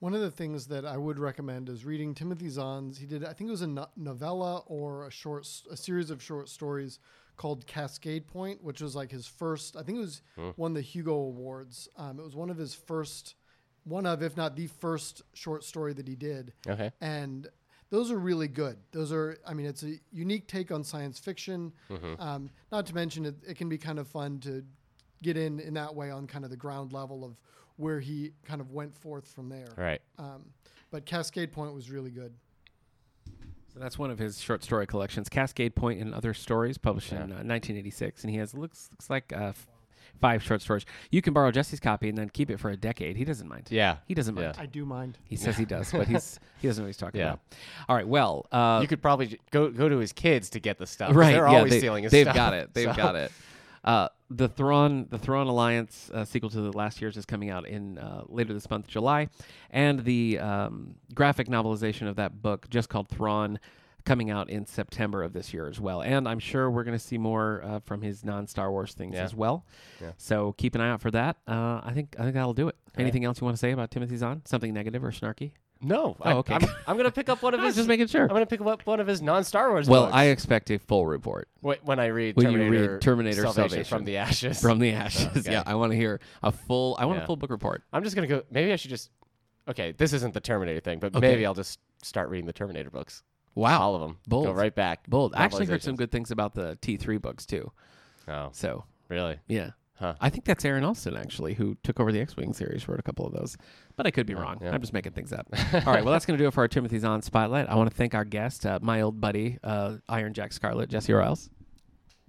One of the things that I would recommend is reading Timothy Zahn's. He did, I think it was a no- novella or a short, s- a series of short stories called Cascade Point, which was like his first. I think it was won the Hugo Awards. Um, it was one of his first, one of if not the first short story that he did.
Okay.
And those are really good. Those are, I mean, it's a unique take on science fiction. Um, not to mention, it, it can be kind of fun to get in in that way on kind of the ground level of where he kind of went forth from there.
All right.
Um, but Cascade Point was really good.
So that's one of his short story collections, Cascade Point and Other Stories, published in uh, 1986, and he has looks looks like uh, f- five short stories. You can borrow Jesse's copy and then keep it for a decade. He doesn't mind.
Yeah.
he doesn't
Yeah.
mind.
I do mind.
He says he does, but he's he doesn't know what he's talking
Yeah.
about. All right, well, uh,
you could probably j- go go to his kids to get the stuff. 'cause
right,
They're
yeah,
always
they,
stealing his
they've
stuff.
got it. They've
So-
got it. Uh, the Thrawn, the Thrawn Alliance uh, sequel to the last years is coming out in uh, later this month, July, and the um, graphic novelization of that book, just called Thrawn, coming out in September of this year as well. And I'm sure we're going to see more uh, from his non-Star Wars things
Yeah.
as well.
Yeah.
So keep an eye out for that. Uh, I think I think that'll do it. Anything else you want to say about Timothy Zahn? Something negative or snarky?
No.
Oh,
I,
okay.
I'm, I'm gonna pick up one of
I was
his.
just making sure.
I'm gonna pick up one of his non-Star Wars.
Well,
books
I expect a full report.
wh- when I read
when you read
Terminator,
Terminator
Salvation,
Salvation.
from the ashes.
From the ashes.
Okay.
Yeah, I want to hear a full. I want a
Yeah.
full book report.
I'm just gonna go. Maybe I should just. Okay, this isn't the Terminator thing, but
Okay.
maybe I'll just start reading the Terminator books.
Wow.
all of them. Go
Bold.
right back.
Bold. I actually heard some
novelizations.
good things about the T3 books too.
Oh,
So
really?
yeah,
Huh.
I think that's Aaron Alston actually who took over the X-wing series, wrote a couple of those, but I could be wrong.
yeah.
I'm just making things up. All right, well that's going to do it for our Timothy's on spotlight. I want to thank our guest, uh, my old buddy, uh, Iron Jack Scarlet, Jesse Riles.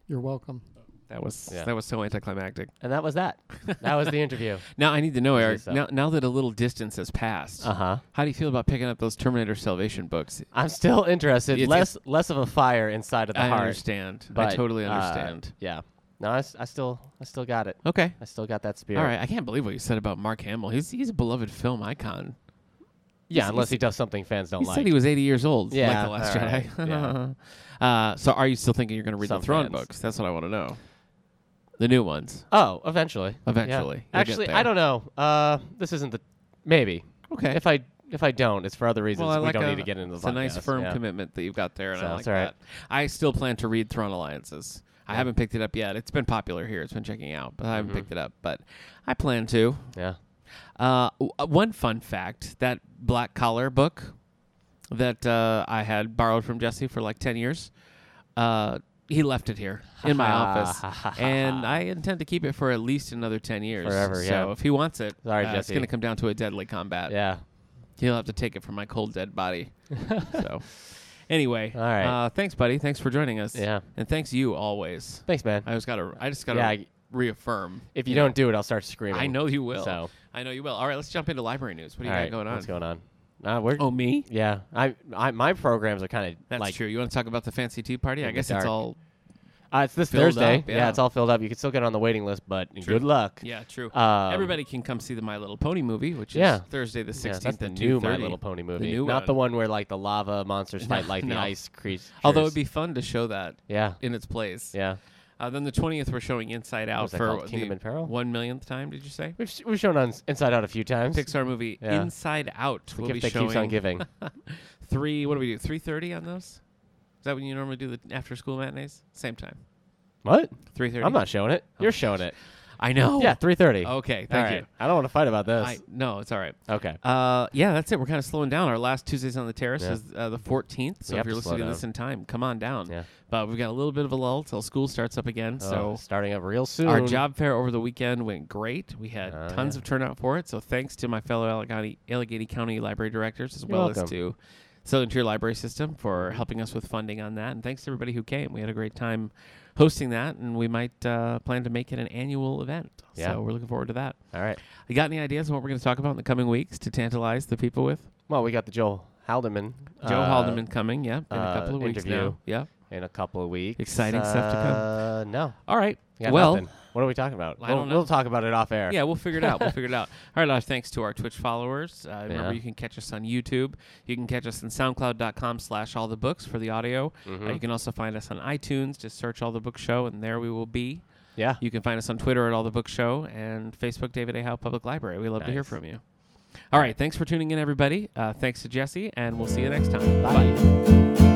You're welcome.
That was
Yeah.
that was so anticlimactic.
And that was that. that was the interview.
Now I need to know, Eric.
so.
Now, now that a little distance has passed,
huh.
how do you feel about picking up those Terminator Salvation books?
I'm still interested.
It's-
less less of a fire inside of the
I
heart.
understand.
But,
I totally
uh,
understand.
yeah. No, I, s- I still I still got it.
okay.
I still got that spirit.
All right. I can't believe what you said about Mark Hamill. He's he's a beloved film icon.
Yeah,
He's-
unless he does something fans don't
He
like.
said he was 80 years old.
Yeah,
Like the Last
all right,
Jedi. uh, so are you still thinking you're going to read
Some
the Thrawn
fans.
books? That's what I want to know. The new ones.
oh, eventually. Yeah.
Eventually. You'll get
Actually,
there.
I don't know. Uh, this isn't the maybe.
Okay.
If I if I don't, it's for other reasons.
well, I
we
like
don't
a,
need to get into the
it's a nice
podcast.
firm
Yeah.
commitment that you've got there, and
So,
I like
it's all right.
that. I still plan to read Thrawn Alliances. I haven't picked it up yet. It's been popular here. It's been checking out, but I
Mm-hmm.
haven't picked it up. But I plan to.
Yeah.
Uh, w- uh, one fun fact that Black Collar book that uh, I had borrowed from Jesse for like 10 years, uh, he left it here in my office. and I intend to keep it for at least another 10 years.
Forever,
so
yeah.
if he wants it,
Sorry,
uh, it's
Jesse.
going to come down to a deadly combat.
Yeah.
He'll have to take it from my cold, dead body. so, anyway.
All right.
Uh, thanks, buddy. Thanks for joining us.
Yeah.
And thanks you always.
Thanks, man.
I just gotta. I just gotta
Yeah, I-
reaffirm.
if you
know,
don't do it, I'll start screaming.
I know you will.
So.
I know you will. All right, let's jump into library news. What do you
All
got
right,
going on?
What's going on? Uh, we're,
Oh, me?
Yeah, I, I my programs are kind of
That's
like
true. You want to talk about the fancy tea party? I
In the
guess it's
dark.
all.
Uh, it's this
Filled
Thursday.
up,
yeah.
yeah.
it's all filled up. You can still get on the waiting list, but good luck.
Yeah, true.
Um,
Everybody can come see the My Little Pony movie, which is
Yeah.
Thursday the
Yeah,
sixteenth
that's the
at
new
2:30.
My Little Pony movie,
new
not the
one.
one where like the lava monsters fight like the
no.
ice creatures.
Although it'd be fun to show that
yeah,
in its place.
yeah.
Uh, then the twentieth, we're showing Inside Out
was that
for
called? Kingdom
the
in Peril?
one millionth time. Did you say?
We've sh- we've shown on S- Inside Out a few times.
Pixar movie
Yeah.
Inside Out.
the
will
gift
be
that
showing
keeps on giving.
three. What do we do? Three thirty on those? Is that when you normally do the after school matinees? Same time.
what?
Three thirty. Oh
I'm not showing it. You're showing it.
I know.
Yeah, three thirty.
Okay. Oh. Thank you.
I don't want to fight about this.
I, no, it's all right.
okay.
Uh, yeah, that's it. We're kind of slowing down. Our last Tuesdays on the Terrace
Yeah.
is uh, the 14th. So
We
if
have
you're
to slow
listening to this
down.
in time, come on down.
Yeah.
But we've got a little bit of a lull till school starts up again.
so
So
Uh, starting up real Oh, soon.
our job fair over the weekend went great. We had
Oh,
tons
yeah.
of turnout for it. So thanks to my fellow Allegheny, Allegheny County library directors as well as
welcome.
to Southern Tier Library System for helping us with funding on that. And thanks to everybody who came. We had a great time hosting that, and we might uh, plan to make it an annual event.
Yeah.
So we're looking forward to that.
All right.
You got any ideas on what we're going to talk about in the coming weeks to tantalize the people with?
Well, we got the Joel Haldeman.
Joe
uh,
Haldeman coming, yeah, in a
uh,
couple of weeks
interview.
now. Yeah.
in a couple of weeks.
Exciting stuff to come.
Uh, no.
All right.
Yeah,
well,
nothing. what are we talking about?
I
we'll,
don't know.
we'll talk about it off air.
yeah, we'll figure it out. We'll figure it out. All right, a lot of thanks to our Twitch followers. Uh, remember,
Yeah.
you can catch us on YouTube. You can catch us on soundcloud.com slash all the books for the audio.
Mm-hmm.
Uh, you can also find us on iTunes. Just search All the Book Show, and there we will be.
Yeah.
You can find us on Twitter at All the Book Show and Facebook, David A. Howe Public Library. We love to hear
Nice.
from you. All right. Thanks for tuning in, everybody. Uh, thanks to Jesse, and we'll see you next time.
Bye.